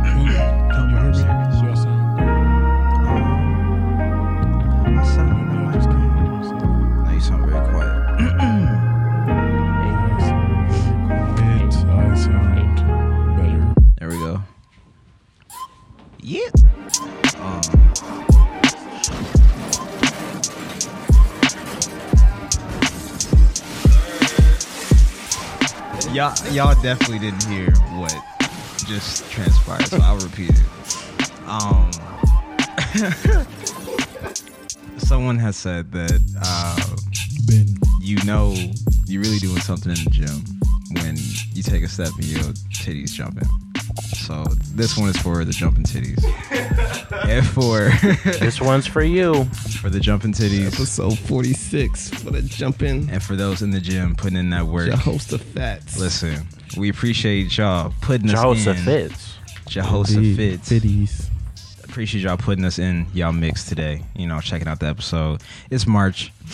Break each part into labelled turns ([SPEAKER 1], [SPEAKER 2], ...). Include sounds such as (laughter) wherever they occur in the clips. [SPEAKER 1] Oh.
[SPEAKER 2] Yeah. Um. Y'all, y'all definitely didn't hear what just transpired, so I'll repeat it. Um, (laughs) someone has said that uh, you know you're really doing something in the gym when you take a step and your titties jumping. So this one is for the jumping titties, and for (laughs)
[SPEAKER 3] This one's for you.
[SPEAKER 2] for the jumping titties,
[SPEAKER 4] Episode 46 for the jump in.
[SPEAKER 2] and for those in the gym putting in that work.
[SPEAKER 4] Your host of Fats.
[SPEAKER 2] Listen, we appreciate y'all putting us in.
[SPEAKER 3] Joseph Fitz.
[SPEAKER 2] Jehoshaphat.
[SPEAKER 4] Fitties.
[SPEAKER 2] Appreciate y'all putting us in y'all mix today. You know, checking out the episode. It's March. (coughs)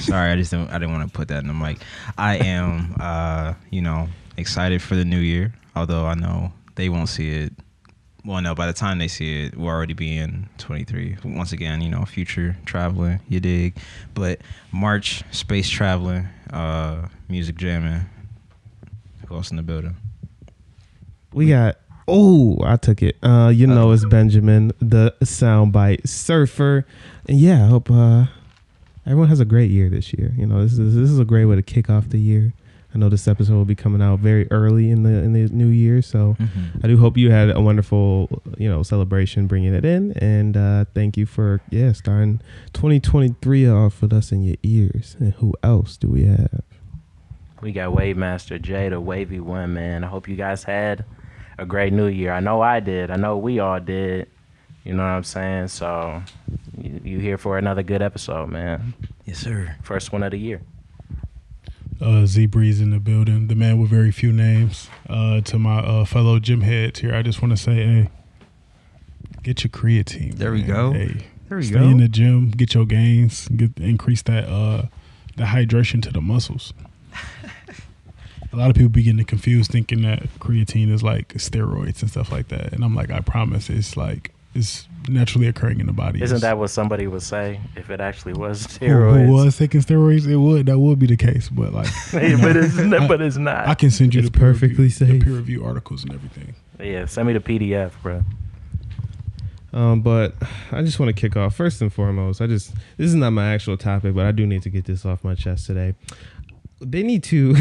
[SPEAKER 2] Sorry, I just didn't, I didn't want to put that in the mic. I am, uh, you know, excited for the new year. Although I know they won't see it. Well, no, by the time they see it, we'll already be in 23. Once again, you know, future traveling, you dig. But March, space traveling, uh, music jamming. Who else in the building?
[SPEAKER 4] We got. Oh, I took it. Uh, you know it's Benjamin, the soundbite surfer, and yeah, I hope uh, everyone has a great year this year. You know, this is this is a great way to kick off the year. I know this episode will be coming out very early in the in the new year, so
[SPEAKER 2] Mm-hmm.
[SPEAKER 4] I do hope you had a wonderful you know celebration bringing it in, and uh, thank you for yeah starting 2023 off with us in your ears. And who else do we have?
[SPEAKER 3] We got Wave Master J, the wavy one, man. I hope you guys had a great new year. I know I did. I know we all did. You know what I'm saying? So, you, you here for another good episode, man.
[SPEAKER 2] Yes, sir.
[SPEAKER 3] First one of the year.
[SPEAKER 1] Uh, Z Breeze in the building, the man with very few names. Uh, to my uh, fellow gym heads here, I just want to say, hey, get your creatine.
[SPEAKER 2] There we
[SPEAKER 1] man.
[SPEAKER 2] go.
[SPEAKER 1] Hey,
[SPEAKER 2] There we
[SPEAKER 1] stay
[SPEAKER 2] go.
[SPEAKER 1] in the gym, get your gains, get increase that uh, the hydration to the
[SPEAKER 2] (laughs)
[SPEAKER 1] muscles. A lot of people be getting confused, thinking that creatine is like steroids and stuff like that. And I'm like, I promise, it's like it's naturally occurring in the body.
[SPEAKER 3] Isn't
[SPEAKER 1] It's-
[SPEAKER 3] that what somebody would say if it actually was
[SPEAKER 1] who,
[SPEAKER 3] steroids?
[SPEAKER 1] who was taking steroids? It would that would be the case, but like, you know,
[SPEAKER 3] (laughs) but it's not,
[SPEAKER 1] I-
[SPEAKER 3] but
[SPEAKER 1] (laughs)
[SPEAKER 3] it's not.
[SPEAKER 1] I can send you
[SPEAKER 4] It's
[SPEAKER 1] the peer
[SPEAKER 4] perfectly
[SPEAKER 1] review,
[SPEAKER 4] safe.
[SPEAKER 1] the peer review articles and everything.
[SPEAKER 3] yeah, send me the PDF, bro.
[SPEAKER 4] Um, but I just want to kick off first and foremost. I just this is not my actual topic, but I do need to get this off my chest today. They need to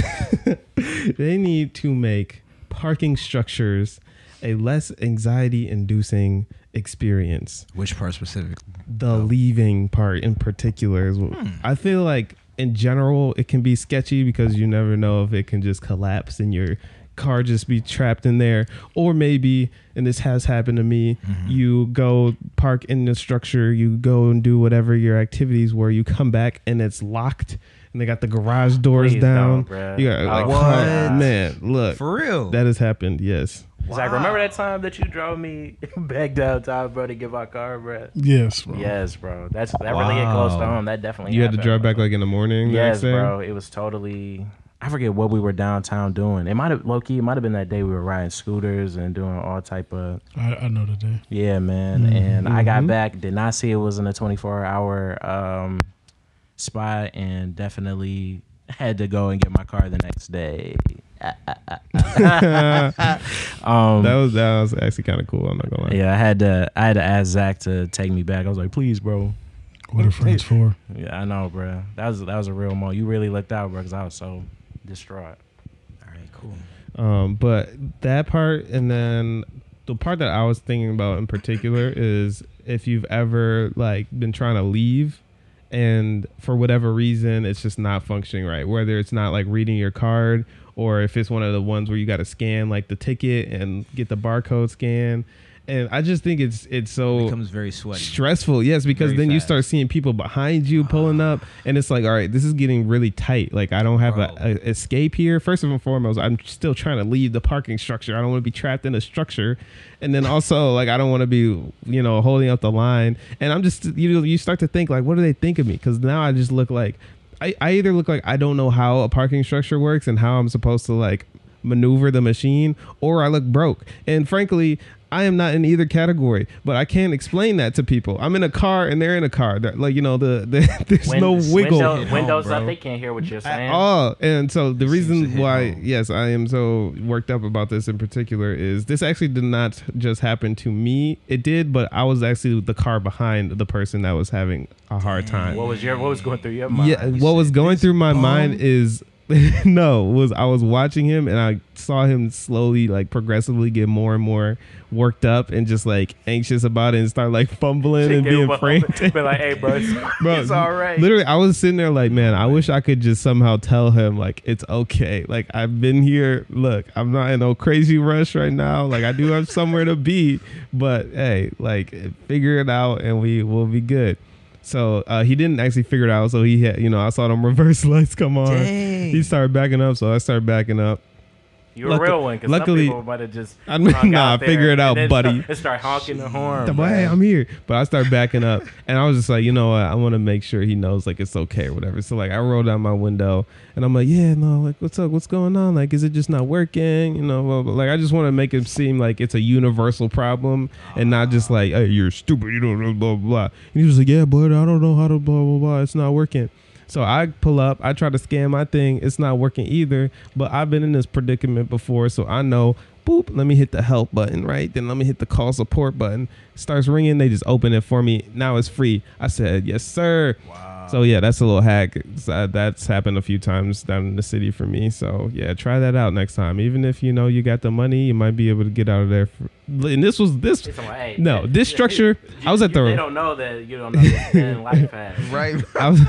[SPEAKER 4] (laughs) they need to make parking structures a less anxiety inducing experience.
[SPEAKER 2] Which part specifically?
[SPEAKER 4] The leaving part in particular is what
[SPEAKER 2] Hmm.
[SPEAKER 4] I feel like in general it can be sketchy because you never know if it can just collapse and your car just be trapped in there or maybe and this has happened to me
[SPEAKER 2] Mm-hmm.
[SPEAKER 4] you go park in the structure you go and do whatever your activities were you come back and it's locked and they got the garage doors
[SPEAKER 3] Please
[SPEAKER 4] down
[SPEAKER 3] don't, bruh.
[SPEAKER 4] you got like
[SPEAKER 3] Oh,
[SPEAKER 4] oh,
[SPEAKER 2] What?
[SPEAKER 4] man look
[SPEAKER 2] For real?
[SPEAKER 4] that has happened yes
[SPEAKER 3] Zach, remember that time that you drove me (laughs) back downtown, bro, to get my car, bro?
[SPEAKER 1] Yes, bro.
[SPEAKER 3] Yes, bro. That's that really hit close to
[SPEAKER 2] Wow.
[SPEAKER 3] home. That definitely.
[SPEAKER 4] you had to
[SPEAKER 3] happened.
[SPEAKER 4] drive back like in the morning the
[SPEAKER 3] Yes,
[SPEAKER 4] next day?
[SPEAKER 3] bro. It was totally. I forget what we were downtown doing. It might have low key. It might have been that day we were riding scooters and doing all type of.
[SPEAKER 1] I, I know the day.
[SPEAKER 3] Yeah, man. And I
[SPEAKER 4] Mm-hmm.
[SPEAKER 3] got back. Did not see it was in a 24 hour um, spot, and definitely had to go and get my car the next day.
[SPEAKER 4] (laughs)
[SPEAKER 3] um,
[SPEAKER 4] that was that was actually kind of cool i'm not gonna lie
[SPEAKER 3] yeah, I had to. I had to ask Zach to take me back. I was like, please, bro.
[SPEAKER 1] What are friends for?
[SPEAKER 3] Yeah, I know, bro. That was that was a real moment. You really looked out, bro, because I was so distraught.
[SPEAKER 2] All right, cool.
[SPEAKER 4] Um, but that part, and then the part that I was thinking about in particular is if you've ever like been trying to leave, and for whatever reason it's just not functioning right. Whether it's not like reading your card, or if it's one of the ones where you got to scan like the ticket and get the barcode scan, and I just think it's it's so
[SPEAKER 2] Becomes very sweaty.
[SPEAKER 4] stressful yes because
[SPEAKER 2] Very
[SPEAKER 4] then you
[SPEAKER 2] fast.
[SPEAKER 4] start seeing people behind you pulling up and it's like all right this is getting really tight like i don't have a,
[SPEAKER 2] Bro.
[SPEAKER 4] a escape here first and foremost i'm still trying to leave the parking structure i don't want to be trapped in a structure and then also (laughs) like i don't want to be you know holding up the line and i'm just you know you start to think like what do they think of me because now i just look like I, I either look like i don't know how a parking structure works and how i'm supposed to like maneuver the machine or I look broke. And frankly, I am not in either category, but I can't explain that to people. I'm in a car and they're in a car. They're- like you know, the, the (laughs) there's
[SPEAKER 3] Win-
[SPEAKER 4] no wiggle
[SPEAKER 3] window-
[SPEAKER 2] Hit
[SPEAKER 3] windows
[SPEAKER 2] home,
[SPEAKER 3] up,
[SPEAKER 2] bro.
[SPEAKER 3] they can't hear what you're
[SPEAKER 4] at
[SPEAKER 3] saying.
[SPEAKER 4] all. And so the
[SPEAKER 2] to
[SPEAKER 4] reason
[SPEAKER 2] hit
[SPEAKER 4] why,
[SPEAKER 2] home.
[SPEAKER 4] yes, I am so worked up about this in particular is this actually did not just happen to me. It did, but I was actually the car behind the person that was having a hard time.
[SPEAKER 3] What was your what was going through your mind?
[SPEAKER 4] Yeah, what was
[SPEAKER 2] said
[SPEAKER 4] going
[SPEAKER 2] this
[SPEAKER 4] through my
[SPEAKER 2] bum?
[SPEAKER 4] mind is (laughs) no, was I was watching him and I saw him slowly like progressively get more and more worked up and just like anxious about it and start like fumbling and
[SPEAKER 3] (laughs)
[SPEAKER 4] being (laughs) frantic.
[SPEAKER 3] Be like, hey, bro, it's,
[SPEAKER 4] Bro,
[SPEAKER 3] (laughs) it's all right.
[SPEAKER 4] Literally, I was sitting there like, man, I wish I could just somehow tell him like it's okay. Like I've been here. Look, I'm not in no crazy rush right now. Like I do have somewhere to be, but hey, like figure it out and we will be good. So uh, he didn't actually figure it out. So he had, you know, I saw them (laughs) reverse lights come on.
[SPEAKER 2] Dang.
[SPEAKER 4] He started backing up, so I started backing up.
[SPEAKER 3] You're
[SPEAKER 4] luck-
[SPEAKER 3] a real one, because some
[SPEAKER 4] luckily-
[SPEAKER 3] people might have just.
[SPEAKER 4] I mean,
[SPEAKER 3] hung
[SPEAKER 4] (laughs) nah,
[SPEAKER 3] out there
[SPEAKER 4] figure it
[SPEAKER 3] and
[SPEAKER 4] out,
[SPEAKER 3] then
[SPEAKER 4] buddy.
[SPEAKER 3] Start, and start honking the horn.
[SPEAKER 4] I'm
[SPEAKER 3] bro.
[SPEAKER 4] like, hey, I'm here. But I start backing (laughs) up and I was just like, you know what? I want to make sure he knows like it's okay or whatever. So like I rolled down my window and I'm like, yeah, no, like what's up? What's going on? Like, is it just not working? You know, blah, blah. like I just want to make it seem like it's a universal problem and not just like, hey, you're stupid. You don't know, blah, blah, blah. And he was like, yeah, but I don't know how to blah, blah, blah. It's not working. So I pull up, I try to scan my thing. It's not working either, but I've been in this predicament before, so I know. Boop, let me hit the help button, right? Then let me hit the call support button. Starts ringing, they just open it for me. Now it's free. I said, "Yes, sir." Wow. So yeah, that's a little hack. It's, uh, that's happened a few times down in the city for me. So yeah, try that out next time. Even if you know you got the money, you might be able to get out of there. For, and this was this.
[SPEAKER 3] It's like, hey,
[SPEAKER 4] No, this structure. I was at the.
[SPEAKER 3] They don't know that you
[SPEAKER 4] (laughs)
[SPEAKER 3] don't know this man life has.
[SPEAKER 2] Right.
[SPEAKER 4] I was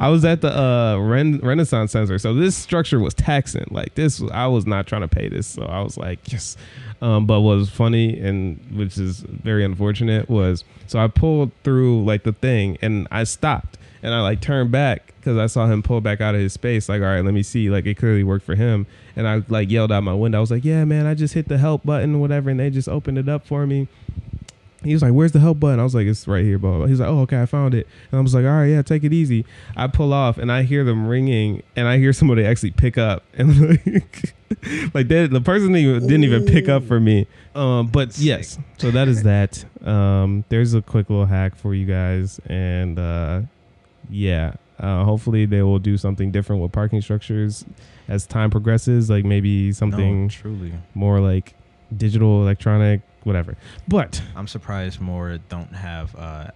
[SPEAKER 4] I was at the uh, Ren- Renaissance Center, so this structure was taxing. Like this, I was not trying to pay this, so I was like, yes. Um, but what was funny and which is very unfortunate was so I pulled through like the thing and I stopped and I like turned back because I saw him pull back out of his space. Like, all right, let me see. Like it clearly worked for him, and I like yelled out my window. I was like, yeah, man, I just hit the help button or whatever, and they just opened it up for me. He was like, "Where's the help button?" I was like, "It's right here, blah." blah, blah. He's like, "Oh, okay, I found it." And I was like, "All right, yeah, take it easy." I pull off and I hear them ringing, and I hear somebody actually pick up, (laughs) and like, like they, the person didn't even, didn't even pick up for me. Um, but yes, so that is that. Um, there's a quick little hack for you guys, and uh, yeah, uh, hopefully they will do something different with parking structures as time progresses. Like maybe (laughs) something
[SPEAKER 2] No, truly.
[SPEAKER 4] more like digital, electronic, whatever. But
[SPEAKER 2] I'm surprised more don't have uh,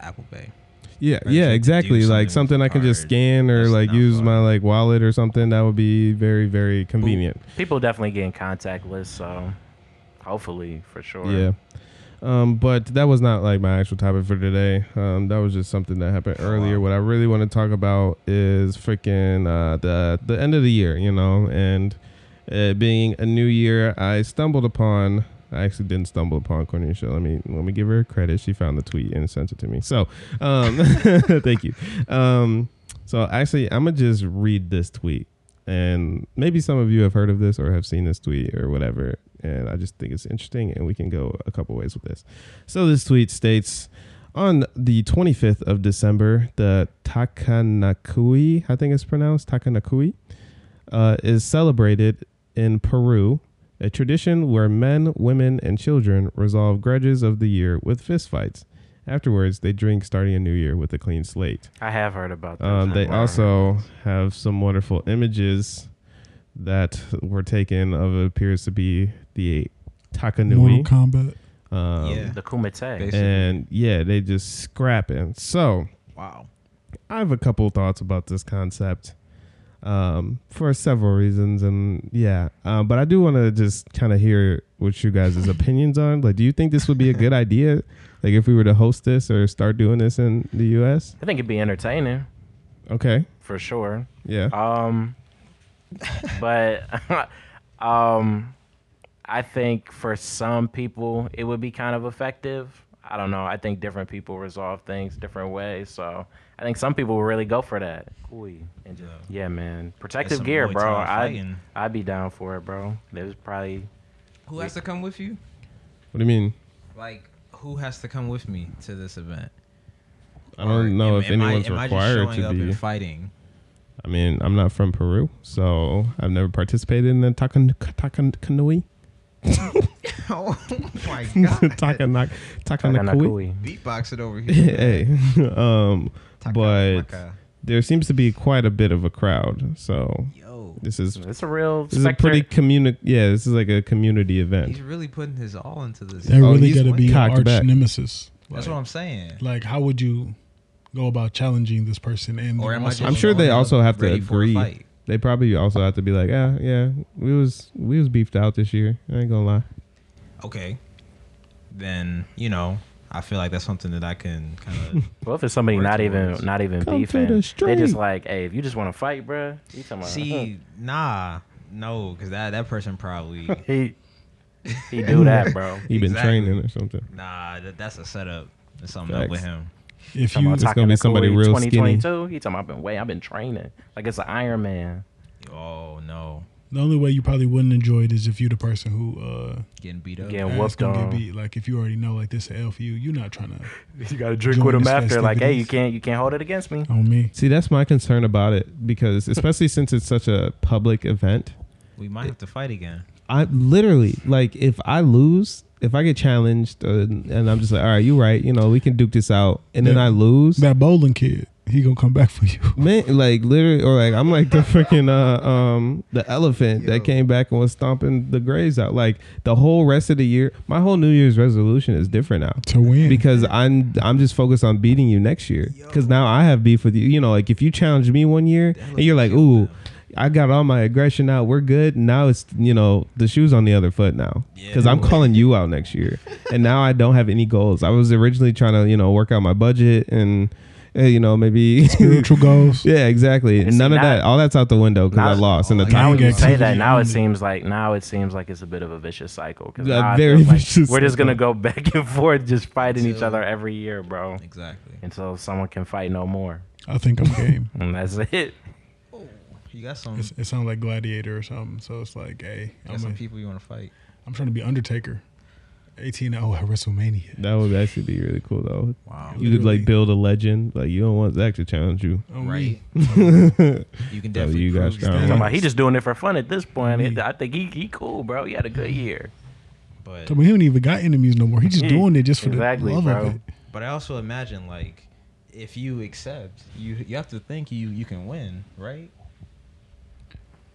[SPEAKER 2] Apple Pay.
[SPEAKER 4] Yeah,
[SPEAKER 2] Or
[SPEAKER 4] yeah,
[SPEAKER 2] just
[SPEAKER 4] exactly.
[SPEAKER 2] do
[SPEAKER 4] Like
[SPEAKER 2] something
[SPEAKER 4] something
[SPEAKER 2] with
[SPEAKER 4] I
[SPEAKER 2] the
[SPEAKER 4] can just
[SPEAKER 2] card.
[SPEAKER 4] scan or
[SPEAKER 2] That's
[SPEAKER 4] like
[SPEAKER 2] not
[SPEAKER 4] use
[SPEAKER 2] fun.
[SPEAKER 4] my like wallet or something. That would be very, very convenient.
[SPEAKER 3] People definitely getting contactless, so hopefully for sure.
[SPEAKER 4] Yeah. Um, but that was not like my actual topic for today. Um, that was just something that happened earlier.
[SPEAKER 2] Wow.
[SPEAKER 4] What I really want to talk about is freaking uh, the the end of the year, you know, and it being a new year. I stumbled upon. I actually didn't stumble upon Cornisha. Let me let me give her credit. She found the tweet and sent it to me. So, um, (laughs) thank you. Um, so actually, I'm gonna just read this tweet, and maybe some of you have heard of this or have seen this tweet or whatever. And I just think it's interesting, and we can go a couple ways with this. So this tweet states. On the 25th of December, the Takanakui, I think it's pronounced Takanakui, uh, is celebrated in Peru, a tradition where men, women, and children resolve grudges of the year with fistfights. Afterwards, they drink starting a new year with a clean slate.
[SPEAKER 3] I have heard about that.
[SPEAKER 4] Um, they
[SPEAKER 3] Wow.
[SPEAKER 4] also have some wonderful images that were taken of what appears to be the
[SPEAKER 1] Mortal
[SPEAKER 4] Takanui.
[SPEAKER 1] Kombat.
[SPEAKER 4] Um,
[SPEAKER 2] Yeah.
[SPEAKER 3] the Kumite.
[SPEAKER 2] Basi-
[SPEAKER 4] And yeah, they just scrapping. So,
[SPEAKER 2] Wow.
[SPEAKER 4] I have a couple thoughts about this concept um, for several reasons, and yeah, um, but I do want to just kind of hear what you guys' opinions on. Like, do you think this would be a good idea? Like, if we were to host this or start doing this in the U.S.
[SPEAKER 3] I think it'd be entertaining
[SPEAKER 4] Okay,
[SPEAKER 3] for sure.
[SPEAKER 4] yeah,
[SPEAKER 3] Um, but (laughs) um, I think for some people it would be kind of effective. I don't know. I think different people resolve things different ways. So I think some people will really go for that. Ooh, and just- yeah. man. Protective
[SPEAKER 2] some
[SPEAKER 3] gear,
[SPEAKER 2] Muay
[SPEAKER 3] bro.
[SPEAKER 2] Thai
[SPEAKER 3] I
[SPEAKER 2] fighting.
[SPEAKER 3] I'd be down for it, bro. There's probably
[SPEAKER 2] Who has to come with you?
[SPEAKER 4] what do you mean?
[SPEAKER 2] Like, who has to come with me to this event?
[SPEAKER 4] I don't know if anyone's required to be.
[SPEAKER 2] fighting.
[SPEAKER 4] I mean, I'm not from (laughs) Peru, so I've never participated in the takan takan kanui.
[SPEAKER 2] (laughs) oh
[SPEAKER 4] (laughs)
[SPEAKER 2] my god.
[SPEAKER 4] Takanak Takanakui.
[SPEAKER 3] Takanakui.
[SPEAKER 2] Beatboxing over here.
[SPEAKER 4] (laughs) hey, um, but
[SPEAKER 2] Takanaka.
[SPEAKER 4] there seems to be quite a bit of a crowd. So
[SPEAKER 2] Yo.
[SPEAKER 4] this is
[SPEAKER 3] It's a real.
[SPEAKER 4] this is a
[SPEAKER 3] sector-
[SPEAKER 4] pretty community. Yeah, this is like a community
[SPEAKER 2] He's
[SPEAKER 4] event.
[SPEAKER 2] really putting his all into this.
[SPEAKER 1] That
[SPEAKER 4] Oh,
[SPEAKER 1] really
[SPEAKER 4] he's
[SPEAKER 1] got to be your
[SPEAKER 4] cocked
[SPEAKER 1] arch
[SPEAKER 4] back.
[SPEAKER 1] nemesis.
[SPEAKER 2] That's
[SPEAKER 1] Like-
[SPEAKER 2] what I'm saying.
[SPEAKER 1] Like, how would you go about challenging this person? And
[SPEAKER 2] Or am I
[SPEAKER 1] also-
[SPEAKER 4] I'm sure they
[SPEAKER 2] Someone
[SPEAKER 4] also have to
[SPEAKER 2] ready for a
[SPEAKER 4] agree.
[SPEAKER 2] fight.
[SPEAKER 4] They probably also have to be like, yeah, yeah, we was we was beefed out this year. I ain't gonna lie.
[SPEAKER 2] Okay. Then, you know, I feel like that's something that I can kind
[SPEAKER 4] (laughs)
[SPEAKER 2] of
[SPEAKER 3] Well, if it's somebody
[SPEAKER 2] Words
[SPEAKER 3] not
[SPEAKER 2] to
[SPEAKER 3] even
[SPEAKER 2] words.
[SPEAKER 3] not even
[SPEAKER 4] Come to
[SPEAKER 3] beefing,
[SPEAKER 4] the
[SPEAKER 3] they
[SPEAKER 4] street.
[SPEAKER 3] just like, hey, if you just want to fight, bruh, you talking about?
[SPEAKER 2] see. Nah, no, because that that person probably (laughs)
[SPEAKER 3] he he do that, bro.
[SPEAKER 4] He been
[SPEAKER 2] Exactly.
[SPEAKER 4] training or something.
[SPEAKER 2] nah. That, that's a setup. There's something up with
[SPEAKER 4] Facts.
[SPEAKER 2] him.
[SPEAKER 1] If
[SPEAKER 3] Talking
[SPEAKER 1] you,
[SPEAKER 3] about
[SPEAKER 4] It's gonna be
[SPEAKER 3] Takanakui
[SPEAKER 4] somebody real skinny.
[SPEAKER 3] 2022. He talking about I've been way, I've been training like it's an Iron Man.
[SPEAKER 2] Oh no,
[SPEAKER 1] the only way you probably wouldn't enjoy it is if you the person who uh,
[SPEAKER 2] getting beat up.
[SPEAKER 3] Yeah.
[SPEAKER 1] ass
[SPEAKER 3] whooped
[SPEAKER 1] gonna
[SPEAKER 3] on.
[SPEAKER 1] get beat. Like, if you already know, like this a L for you, you're not trying to
[SPEAKER 3] You got to drink
[SPEAKER 1] Join
[SPEAKER 3] with him
[SPEAKER 1] his
[SPEAKER 3] after, like, hey, you
[SPEAKER 1] festivities.
[SPEAKER 3] can't you can't hold it against me.
[SPEAKER 1] on me.
[SPEAKER 4] See, that's my concern about it because, especially since it's such a public event,
[SPEAKER 2] We might have to fight again.
[SPEAKER 4] I literally like if I lose, if I get challenged, uh, and I'm just like, all right, you right, you know, we can duke this out, and then
[SPEAKER 1] Yeah.
[SPEAKER 4] I lose,
[SPEAKER 1] That bowling kid, he gonna come back for you. (laughs)
[SPEAKER 4] man, like literally, or like I'm like the freaking uh, um the elephant that came back and was stomping the graves out. Like the whole rest of the year, my whole New Year's resolution is different now.
[SPEAKER 1] To win.
[SPEAKER 4] Because I'm I'm just focused on beating you next year. Because now I have beef with you. You know, like if you challenge me one year and you're like, ooh, I got all my aggression out. We're good. Now it's you know the shoes on the other foot now. Because I'm calling you out next year, and now I don't have any goals. I was originally trying to you know work out my budget and eh, you know maybe
[SPEAKER 1] (laughs) Spiritual goals.
[SPEAKER 4] (laughs) yeah, exactly.
[SPEAKER 3] And see,
[SPEAKER 4] None of
[SPEAKER 3] now-
[SPEAKER 4] that. All that's out the window because I
[SPEAKER 3] now-
[SPEAKER 4] lost in the
[SPEAKER 2] now
[SPEAKER 3] Now
[SPEAKER 4] time.
[SPEAKER 3] when you say
[SPEAKER 1] activity
[SPEAKER 3] that, now it
[SPEAKER 1] only.
[SPEAKER 3] seems like now it seems like it's a bit of a vicious cycle. 'cause
[SPEAKER 4] um, A
[SPEAKER 3] now I
[SPEAKER 4] very
[SPEAKER 3] feel like
[SPEAKER 4] vicious
[SPEAKER 3] We're just
[SPEAKER 4] cycle.
[SPEAKER 3] gonna go back and (laughs) forth, just fighting each
[SPEAKER 2] Until-
[SPEAKER 3] other every year, bro,
[SPEAKER 2] Exactly.
[SPEAKER 3] until someone can fight no more,
[SPEAKER 1] I think I'm game.
[SPEAKER 3] and that's (laughs) it.
[SPEAKER 2] You got some.
[SPEAKER 1] It's, it sounds like Gladiator or something. So it's like, hey,
[SPEAKER 2] got
[SPEAKER 1] I'm,
[SPEAKER 2] some
[SPEAKER 1] a,
[SPEAKER 2] people you want to fight.
[SPEAKER 1] I'm trying to be Undertaker. 18 0 at WrestleMania.
[SPEAKER 4] That would actually be really cool though.
[SPEAKER 2] Wow.
[SPEAKER 4] You could
[SPEAKER 1] Literally.
[SPEAKER 4] like build a legend. Like you don't want Zach to challenge you.
[SPEAKER 1] On
[SPEAKER 2] Right.
[SPEAKER 1] me.
[SPEAKER 2] You can
[SPEAKER 4] So
[SPEAKER 2] definitely.
[SPEAKER 4] you guys
[SPEAKER 2] prove
[SPEAKER 4] got
[SPEAKER 3] Talking
[SPEAKER 1] Right.
[SPEAKER 2] that,
[SPEAKER 3] about he just doing it for fun at this point.
[SPEAKER 1] Me.
[SPEAKER 3] I think he he cool, bro. He had a good year.
[SPEAKER 2] but
[SPEAKER 1] So, but he don't even got enemies no more. He's just
[SPEAKER 2] Mm-hmm.
[SPEAKER 3] Yeah,
[SPEAKER 1] doing it just for
[SPEAKER 3] exactly,
[SPEAKER 1] the love
[SPEAKER 3] bro.
[SPEAKER 1] of it.
[SPEAKER 2] but I also imagine like if you accept, you you have to think you you can win, right?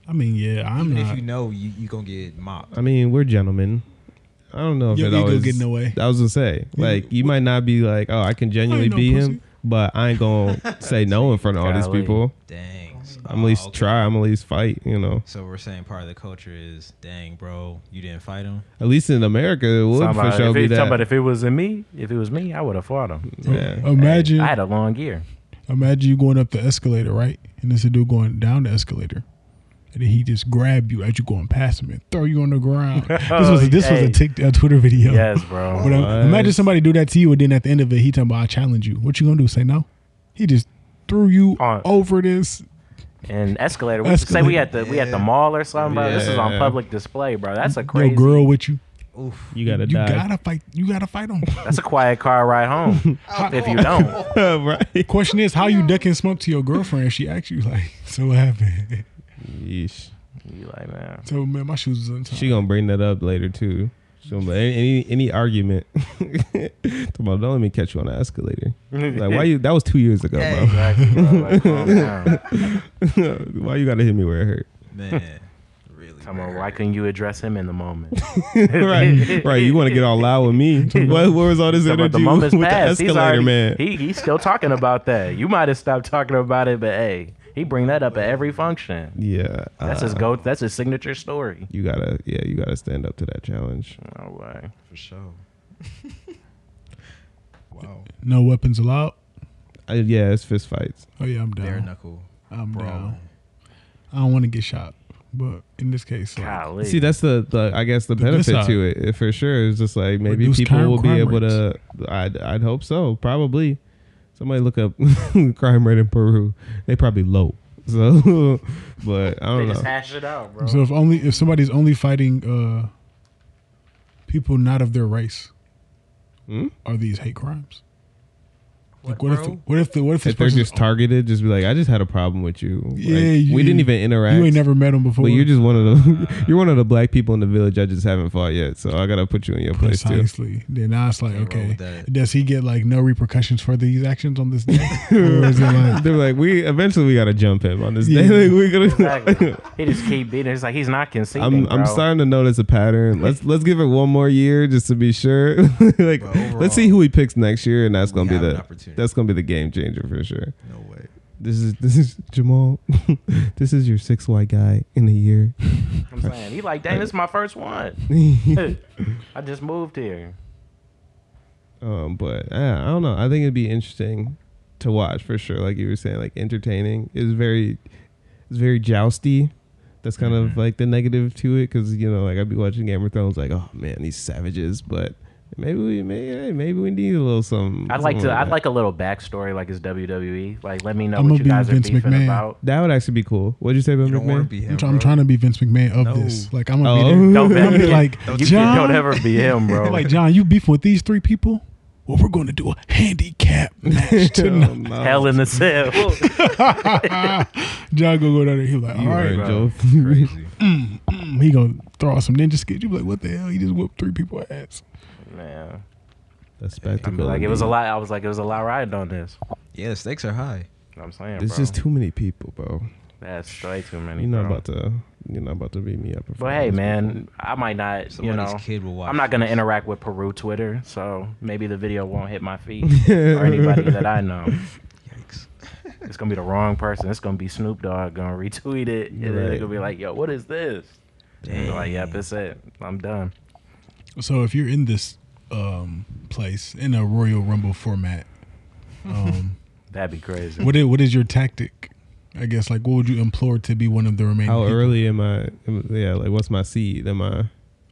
[SPEAKER 1] I mean, yeah, I'm
[SPEAKER 2] Even
[SPEAKER 1] not.
[SPEAKER 2] if you know you you gonna get mopped.
[SPEAKER 4] I mean, we're gentlemen. I don't know if
[SPEAKER 1] Your
[SPEAKER 4] it
[SPEAKER 1] ego
[SPEAKER 4] always.
[SPEAKER 1] get in the way.
[SPEAKER 4] I was gonna say,
[SPEAKER 1] Yeah,
[SPEAKER 4] like, you might not be like, oh, I can genuinely
[SPEAKER 1] no
[SPEAKER 4] beat him,
[SPEAKER 1] pussy.
[SPEAKER 4] but I
[SPEAKER 1] (laughs)
[SPEAKER 4] ain't gonna say no in front of all these
[SPEAKER 3] Golly.
[SPEAKER 4] people.
[SPEAKER 2] Dang.
[SPEAKER 4] I'm at least
[SPEAKER 2] Oh, okay.
[SPEAKER 4] try. I'm at least fight. You know,
[SPEAKER 2] So we're saying part of the culture is, dang, bro, you didn't fight him.
[SPEAKER 4] at least in America, it would
[SPEAKER 3] Talking
[SPEAKER 4] for
[SPEAKER 3] about
[SPEAKER 4] sure
[SPEAKER 3] if
[SPEAKER 4] be
[SPEAKER 3] he- talking about
[SPEAKER 4] that.
[SPEAKER 3] if it was in me, if it was me, I would have fought him.
[SPEAKER 4] Yeah.
[SPEAKER 1] Imagine,
[SPEAKER 3] I had a long year.
[SPEAKER 4] (laughs)
[SPEAKER 1] imagine you going up the escalator, right? And there's a dude going down the escalator, and then he just grab you as you going past him and throw you on the
[SPEAKER 2] (laughs)
[SPEAKER 1] ground. this was a, this was
[SPEAKER 3] Hey.
[SPEAKER 1] a, tick, a Twitter video.
[SPEAKER 3] Yes, bro.
[SPEAKER 1] But um,
[SPEAKER 4] What?
[SPEAKER 1] imagine somebody do that to you, and then at the end of it, he talking about I challenge you. What you gonna do? Say no? He just threw you
[SPEAKER 3] On-
[SPEAKER 1] over this.
[SPEAKER 3] And escalator. We used to say we at the we at the
[SPEAKER 2] Yeah.
[SPEAKER 3] mall or something, bro. This is on
[SPEAKER 4] Yeah.
[SPEAKER 3] public display, bro. That's a
[SPEAKER 1] Your
[SPEAKER 3] crazy.
[SPEAKER 1] girl with you.
[SPEAKER 2] Oof.
[SPEAKER 4] You gotta
[SPEAKER 1] you
[SPEAKER 4] die.
[SPEAKER 1] gotta fight. You gotta fight him.
[SPEAKER 3] (laughs) That's a quiet car ride
[SPEAKER 4] (laughs)
[SPEAKER 3] home. if you don't,
[SPEAKER 1] (laughs)
[SPEAKER 4] right.
[SPEAKER 1] Question is, how you ducking smoke to your girlfriend? She asked you like, (laughs) so what happened? (laughs)
[SPEAKER 4] Yeesh.
[SPEAKER 3] you like man.
[SPEAKER 1] so man, my shoes is untied.
[SPEAKER 4] She gonna bring that up later too. She gonna be like, any any, any argument. (laughs) Talking about, don't let me catch you on the escalator. Like why you? That was two years ago,
[SPEAKER 3] Exactly, bro. Like, calm down.
[SPEAKER 4] bro. (laughs) why you gotta hit me where it hurt?
[SPEAKER 2] (laughs) Man, really.
[SPEAKER 3] Come on,
[SPEAKER 2] bro.
[SPEAKER 3] why couldn't you address him in the
[SPEAKER 4] (laughs)
[SPEAKER 3] moment?
[SPEAKER 4] right, right. You want to get all loud with me? (laughs) What, what was all this
[SPEAKER 3] Talking about
[SPEAKER 4] energy
[SPEAKER 3] the moment's
[SPEAKER 4] with
[SPEAKER 3] passed.
[SPEAKER 4] the
[SPEAKER 3] he's
[SPEAKER 4] escalator,
[SPEAKER 3] already,
[SPEAKER 4] man?
[SPEAKER 3] He, he's still talking about that. You might have stopped talking about it, but hey, he bring that up at every function.
[SPEAKER 4] yeah,
[SPEAKER 3] That's his
[SPEAKER 4] uh,
[SPEAKER 3] go. That's his signature story.
[SPEAKER 4] You gotta, yeah, you gotta stand up to that challenge.
[SPEAKER 3] No way.
[SPEAKER 2] For (laughs) sure. wow.
[SPEAKER 1] No weapons allowed.
[SPEAKER 4] Uh, yeah, it's fist fights.
[SPEAKER 1] Oh yeah, I'm down.
[SPEAKER 2] Bare knuckle.
[SPEAKER 1] I'm
[SPEAKER 2] Bro.
[SPEAKER 1] down. I don't want to get shot, but in this case, like,
[SPEAKER 3] Golly.
[SPEAKER 4] See, that's the, the I guess the
[SPEAKER 1] The good
[SPEAKER 4] benefit
[SPEAKER 1] side.
[SPEAKER 4] to it it for sure. It's just like maybe
[SPEAKER 1] Reduce
[SPEAKER 4] people
[SPEAKER 1] crime-
[SPEAKER 4] will be
[SPEAKER 1] crime
[SPEAKER 4] able to. I'd I'd hope so. Probably somebody look up (laughs) crime rate in Peru. They probably low. (laughs) So, but I
[SPEAKER 3] they
[SPEAKER 4] don't
[SPEAKER 3] just
[SPEAKER 4] know.
[SPEAKER 3] hash it out, bro.
[SPEAKER 1] so if only if somebody's only fighting uh people not of their race,
[SPEAKER 4] Hmm?
[SPEAKER 1] are these hate crimes? Like,
[SPEAKER 2] What,
[SPEAKER 1] what, if
[SPEAKER 2] bro?
[SPEAKER 1] the, what if the what if this
[SPEAKER 4] If they're
[SPEAKER 1] person's-
[SPEAKER 4] just targeted, just be like, I just had a problem with you. Like,
[SPEAKER 1] Yeah, you
[SPEAKER 4] we didn't
[SPEAKER 1] didn't-
[SPEAKER 4] even interact.
[SPEAKER 1] you ain't never met him before?
[SPEAKER 4] But you're just one of the (laughs) you're one of the black people in the village I just haven't fought yet. So I gotta put you in your place too. (laughs)
[SPEAKER 1] precisely. Then now it's like,
[SPEAKER 2] Can't roll
[SPEAKER 1] okay,
[SPEAKER 2] with that.
[SPEAKER 1] does he get like no repercussions for these actions on this
[SPEAKER 4] (laughs)
[SPEAKER 1] day? or is it like,
[SPEAKER 4] They're like, we eventually we gotta jump him on this (laughs)
[SPEAKER 1] Yeah.
[SPEAKER 4] day. Like, we gotta.
[SPEAKER 3] Exactly. he just keep beating. It's like he's not conceding.
[SPEAKER 4] I'm
[SPEAKER 3] bro.
[SPEAKER 4] I'm starting to notice a pattern. Let's let's give it one more year just to be sure. (laughs) like,
[SPEAKER 2] But overall,
[SPEAKER 4] let's see who he picks next year, and that's
[SPEAKER 2] we
[SPEAKER 4] gonna be
[SPEAKER 2] have an
[SPEAKER 4] the
[SPEAKER 2] opportunity.
[SPEAKER 4] that's gonna be the game changer for sure.
[SPEAKER 2] No way.
[SPEAKER 4] This is (laughs) this is Jamal. (laughs) this is your sixth white guy in a year.
[SPEAKER 3] I'm saying he like, dang, this is my first
[SPEAKER 4] (laughs)
[SPEAKER 3] one. I just moved here.
[SPEAKER 4] Um, but uh, I don't know. I think it'd be interesting to watch for sure. Like you were saying, like entertaining is very, it's very jousty. That's kind
[SPEAKER 3] Mm-hmm.
[SPEAKER 4] of like the negative to it because you know, like I'd be watching Game of Thrones, like oh man, these savages. But maybe we may, hey, maybe we need a little something.
[SPEAKER 3] I'd like
[SPEAKER 4] something
[SPEAKER 3] to. I'd
[SPEAKER 4] that.
[SPEAKER 3] like a little backstory, like it's WWE. Like, let me know
[SPEAKER 1] I'm gonna
[SPEAKER 3] what you
[SPEAKER 1] be
[SPEAKER 3] guys are
[SPEAKER 1] Vince
[SPEAKER 3] beefing
[SPEAKER 1] McMahon.
[SPEAKER 3] about.
[SPEAKER 4] that would actually be cool. What'd you say about
[SPEAKER 2] You don't want to
[SPEAKER 4] McMahon? (laughs)
[SPEAKER 2] be him.
[SPEAKER 1] I'm, try- I'm
[SPEAKER 2] bro.
[SPEAKER 1] trying to be Vince McMahon of
[SPEAKER 2] No.
[SPEAKER 1] this. Like I'm gonna
[SPEAKER 4] Oh.
[SPEAKER 1] be there.
[SPEAKER 3] Don't
[SPEAKER 1] I'm
[SPEAKER 3] ever
[SPEAKER 1] gonna be like,
[SPEAKER 3] You
[SPEAKER 1] John,
[SPEAKER 3] don't ever be him,
[SPEAKER 4] (laughs)
[SPEAKER 3] bro.
[SPEAKER 1] like John, you beefing with these three people? Well, we're going to do a
[SPEAKER 4] (laughs)
[SPEAKER 1] handicap match
[SPEAKER 4] Oh,
[SPEAKER 1] tonight.
[SPEAKER 3] (laughs)
[SPEAKER 4] no.
[SPEAKER 3] Hell in the cell.
[SPEAKER 4] (laughs)
[SPEAKER 1] John gonna go down there. He like, all
[SPEAKER 4] You
[SPEAKER 1] right,
[SPEAKER 4] are
[SPEAKER 3] bro.
[SPEAKER 4] Joe. (laughs)
[SPEAKER 2] (laughs) Crazy.
[SPEAKER 1] mm, he gonna throw out some ninja skills. You be like, what the hell? He just whooped three people ass.
[SPEAKER 3] Man,
[SPEAKER 4] The
[SPEAKER 3] I'm
[SPEAKER 4] spectacle.
[SPEAKER 3] like it was a
[SPEAKER 4] indeed.
[SPEAKER 3] lot. I was like it was a lot riding on this.
[SPEAKER 2] Yeah, the stakes are high.
[SPEAKER 3] You know what I'm saying,
[SPEAKER 4] It's
[SPEAKER 3] bro.
[SPEAKER 4] just too many people, bro.
[SPEAKER 3] That's straight too many.
[SPEAKER 4] You're not
[SPEAKER 3] bro.
[SPEAKER 4] about to. You're not about to beat me up. in
[SPEAKER 3] But
[SPEAKER 4] front of
[SPEAKER 3] hey,
[SPEAKER 4] these
[SPEAKER 3] man, I might not.
[SPEAKER 2] Somebody's
[SPEAKER 3] you know,
[SPEAKER 2] kid will watch.
[SPEAKER 3] I'm not gonna
[SPEAKER 2] this.
[SPEAKER 3] interact with Peru Twitter, so maybe the video won't hit my feed or anybody that I know.
[SPEAKER 2] Yikes.
[SPEAKER 3] It's gonna be the wrong person. It's gonna be Snoop Dogg gonna retweet it, and then
[SPEAKER 4] Right.
[SPEAKER 3] they're gonna be like, "Yo, what is this?" And they're like,
[SPEAKER 2] Dang.
[SPEAKER 3] "Yep, it's it. I'm done."
[SPEAKER 1] So if you're in this um, place in a Royal Rumble format, um,
[SPEAKER 3] That'd be crazy.
[SPEAKER 1] what is, what is your tactic? I guess like what would you implore to be one of the remaining?
[SPEAKER 4] How
[SPEAKER 1] people?
[SPEAKER 4] early am I? am- Yeah, like what's my seed? Am I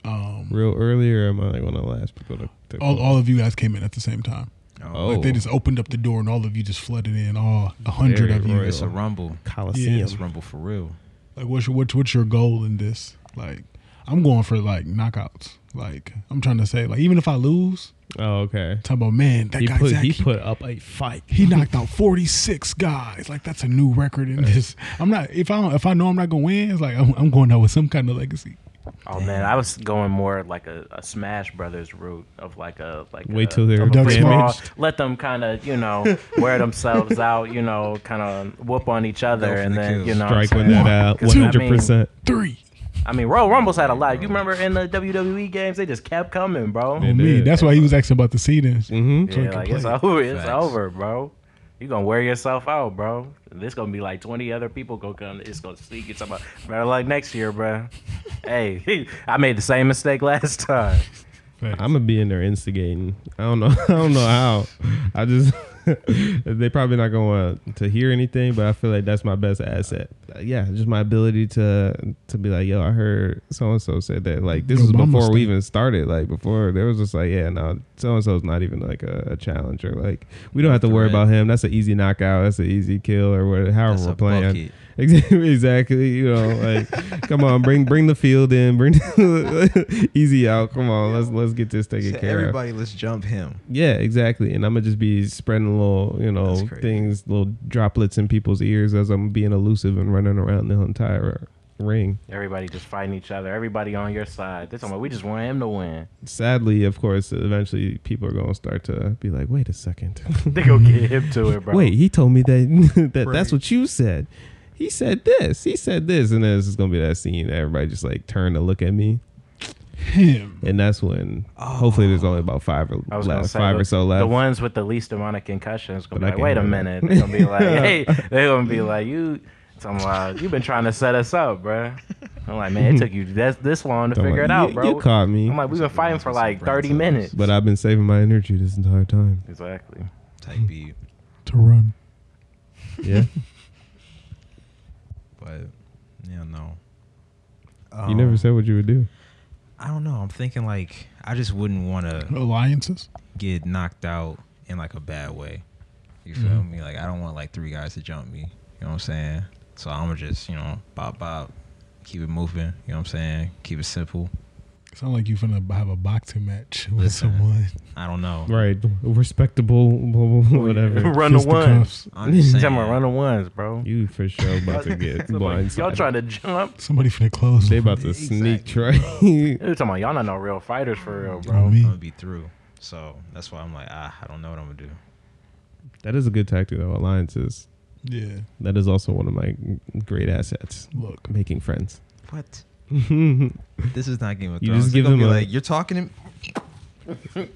[SPEAKER 1] Um,
[SPEAKER 4] real early or am I like one of the last people to? to
[SPEAKER 1] all,
[SPEAKER 4] go?
[SPEAKER 1] all of you guys came in at the same time.
[SPEAKER 2] Oh,
[SPEAKER 1] Like they
[SPEAKER 4] Oh.
[SPEAKER 1] just opened up the door and all of you just flooded in. All a hundred
[SPEAKER 4] Very
[SPEAKER 1] of you.
[SPEAKER 4] royal.
[SPEAKER 2] it's a rumble.
[SPEAKER 4] Coliseum.
[SPEAKER 1] Yeah,
[SPEAKER 2] It's rumble for real.
[SPEAKER 1] Like what's your, what's what's your goal in this? Like I'm going for like knockouts. Like I'm trying to say like even if I lose,
[SPEAKER 4] oh, okay.
[SPEAKER 1] talk about man that
[SPEAKER 4] He
[SPEAKER 1] guy
[SPEAKER 4] put
[SPEAKER 1] Zach,
[SPEAKER 4] he
[SPEAKER 1] he-
[SPEAKER 4] put up a fight.
[SPEAKER 1] he knocked out 46 guys like that's a new record in this i'm not if i don't if i know i'm not gonna win it's like i'm, I'm going out with some kind of legacy
[SPEAKER 3] Oh man, I was going more like a, a Smash Brothers route of like a like
[SPEAKER 4] Wait
[SPEAKER 3] a,
[SPEAKER 4] till they're
[SPEAKER 3] of a free for all.
[SPEAKER 4] damaged.
[SPEAKER 3] Let them kind of you know wear themselves out, you know, kind of whoop on each
[SPEAKER 2] Go
[SPEAKER 3] other,
[SPEAKER 2] for
[SPEAKER 3] and
[SPEAKER 2] the
[SPEAKER 3] then
[SPEAKER 2] kills.
[SPEAKER 3] you know. what I'm
[SPEAKER 4] Strike when
[SPEAKER 3] saying?
[SPEAKER 4] that out,
[SPEAKER 3] Because,
[SPEAKER 4] one
[SPEAKER 3] I mean,
[SPEAKER 4] hundred percent.
[SPEAKER 1] three
[SPEAKER 3] I mean, Royal Rumbles had a lot. You remember in the WWE games, they just kept coming, bro.
[SPEAKER 1] on
[SPEAKER 3] Yeah,
[SPEAKER 1] me
[SPEAKER 4] did.
[SPEAKER 1] that's why he was asking about the seedings
[SPEAKER 4] Mm-hmm.
[SPEAKER 1] so he can
[SPEAKER 3] like it's
[SPEAKER 1] play.
[SPEAKER 3] over, it's
[SPEAKER 2] Facts.
[SPEAKER 3] over, bro. You gonna wear yourself out, bro. This gonna be like twenty other people gonna come. It's gonna sneak it. Somebody better luck next year, bro. hey, (laughs) I made the same mistake last time.
[SPEAKER 4] I'm gonna be in there instigating. I don't know. (laughs) I don't know how. I just (laughs) they probably not gonna want to hear anything, but I feel like that's my best asset. Uh, Yeah, just my ability to to be like, yo, I heard so and so said that. Like this
[SPEAKER 1] Your
[SPEAKER 4] is
[SPEAKER 1] mama
[SPEAKER 4] before we
[SPEAKER 1] said-
[SPEAKER 4] even started. Like before there was just like, yeah, no, so and so's not even like a, a challenger. Like we don't have to worry
[SPEAKER 2] Threat.
[SPEAKER 4] about him. That's an easy knockout. That's an easy kill or whatever. However
[SPEAKER 2] That's
[SPEAKER 4] we're
[SPEAKER 2] a
[SPEAKER 4] playing.
[SPEAKER 2] bucket.
[SPEAKER 4] Exactly, (laughs) exactly. You know, like, come on, bring bring the field in, bring (laughs) easy out. Come on, let's let's get this taken
[SPEAKER 2] So
[SPEAKER 4] care of.
[SPEAKER 2] everybody, let's jump him.
[SPEAKER 4] Yeah, exactly. And I'm gonna just be spreading little, you know,
[SPEAKER 2] That's crazy.
[SPEAKER 4] things, little droplets in people's ears as I'm being elusive and running around the entire ring.
[SPEAKER 3] Everybody just fighting each other. Everybody on your side. They're talking about we just want him to win. (laughs)
[SPEAKER 4] Sadly, of course, eventually people are gonna start to be like, wait a second, (laughs)
[SPEAKER 3] They gonna get him to it, bro.
[SPEAKER 4] wait, he told me that (laughs) that that's
[SPEAKER 2] Right.
[SPEAKER 4] what you said. He said this. He said this, and then it's just gonna be that scene. that Everybody just like turn to look at me.
[SPEAKER 1] him
[SPEAKER 4] and that's when
[SPEAKER 2] Oh.
[SPEAKER 4] hopefully there's only about five or
[SPEAKER 3] I was gonna
[SPEAKER 4] left,
[SPEAKER 3] say
[SPEAKER 4] five
[SPEAKER 3] the,
[SPEAKER 4] or so left.
[SPEAKER 3] The ones with the least amount of concussions gonna
[SPEAKER 4] But I
[SPEAKER 3] be like,
[SPEAKER 4] can
[SPEAKER 3] wait a
[SPEAKER 4] handle
[SPEAKER 3] minute. They're gonna be
[SPEAKER 4] (laughs)
[SPEAKER 3] like, hey, they're gonna be like, you, talking about you've been trying to set us up, bro. I'm like, man, it took
[SPEAKER 4] (laughs)
[SPEAKER 3] you this, this long to
[SPEAKER 4] I'm
[SPEAKER 3] figure
[SPEAKER 4] like,
[SPEAKER 3] it out,
[SPEAKER 4] you,
[SPEAKER 3] bro.
[SPEAKER 4] You caught me,
[SPEAKER 3] I'm like, we've been fighting for like 30 minutes.
[SPEAKER 4] but uh, I've been saving my energy this entire time.
[SPEAKER 3] exactly.
[SPEAKER 2] (laughs) Type B,
[SPEAKER 1] to run
[SPEAKER 3] (laughs)
[SPEAKER 4] Yeah,
[SPEAKER 2] but yeah, no. Um,
[SPEAKER 4] you
[SPEAKER 3] Um,
[SPEAKER 4] never said what you would do.
[SPEAKER 2] I don't know. I'm thinking like I just wouldn't want to
[SPEAKER 1] alliances
[SPEAKER 2] get knocked out in like a bad way. You feel
[SPEAKER 4] Mm-hmm.
[SPEAKER 1] Mhm.
[SPEAKER 2] me? Like I don't want like three guys to jump me. You know what I'm saying? So I'm gonna just you know bop bop, keep it moving. You know what I'm saying? Keep it simple.
[SPEAKER 1] Sound like you finna have a boxing match with
[SPEAKER 2] Listen.
[SPEAKER 1] someone.
[SPEAKER 2] I don't know.
[SPEAKER 4] Right. Respectable, (laughs) blah, blah, blah,
[SPEAKER 3] (laughs)
[SPEAKER 4] whatever.
[SPEAKER 3] run the
[SPEAKER 1] Fist to
[SPEAKER 3] ones.
[SPEAKER 1] cuffs.
[SPEAKER 2] I'm just saying.
[SPEAKER 3] Tell me, run the ones, bro.
[SPEAKER 4] You for sure about to get
[SPEAKER 3] (laughs)
[SPEAKER 4] blindsided.
[SPEAKER 3] Y'all trying to jump?
[SPEAKER 1] Somebody finna close.
[SPEAKER 4] They
[SPEAKER 1] them.
[SPEAKER 4] about to sneak Trey.
[SPEAKER 3] You're talking about y'all not no real fighters for real,
[SPEAKER 1] You know what I
[SPEAKER 3] bro.
[SPEAKER 2] I'm
[SPEAKER 1] mean?
[SPEAKER 2] gonna be through. So that's why I'm like, ah, I don't know what I'm gonna do.
[SPEAKER 4] (laughs) that is a good tactic though. Alliances.
[SPEAKER 1] Yeah.
[SPEAKER 4] That is also one of my great assets.
[SPEAKER 1] Look.
[SPEAKER 4] Making friends. (laughs)
[SPEAKER 2] What?
[SPEAKER 4] you
[SPEAKER 2] This is not Game of
[SPEAKER 4] You
[SPEAKER 2] Thrones.
[SPEAKER 4] just
[SPEAKER 2] They're
[SPEAKER 4] give
[SPEAKER 2] gonna
[SPEAKER 4] them
[SPEAKER 2] be
[SPEAKER 4] a-
[SPEAKER 2] like, you're talking to me.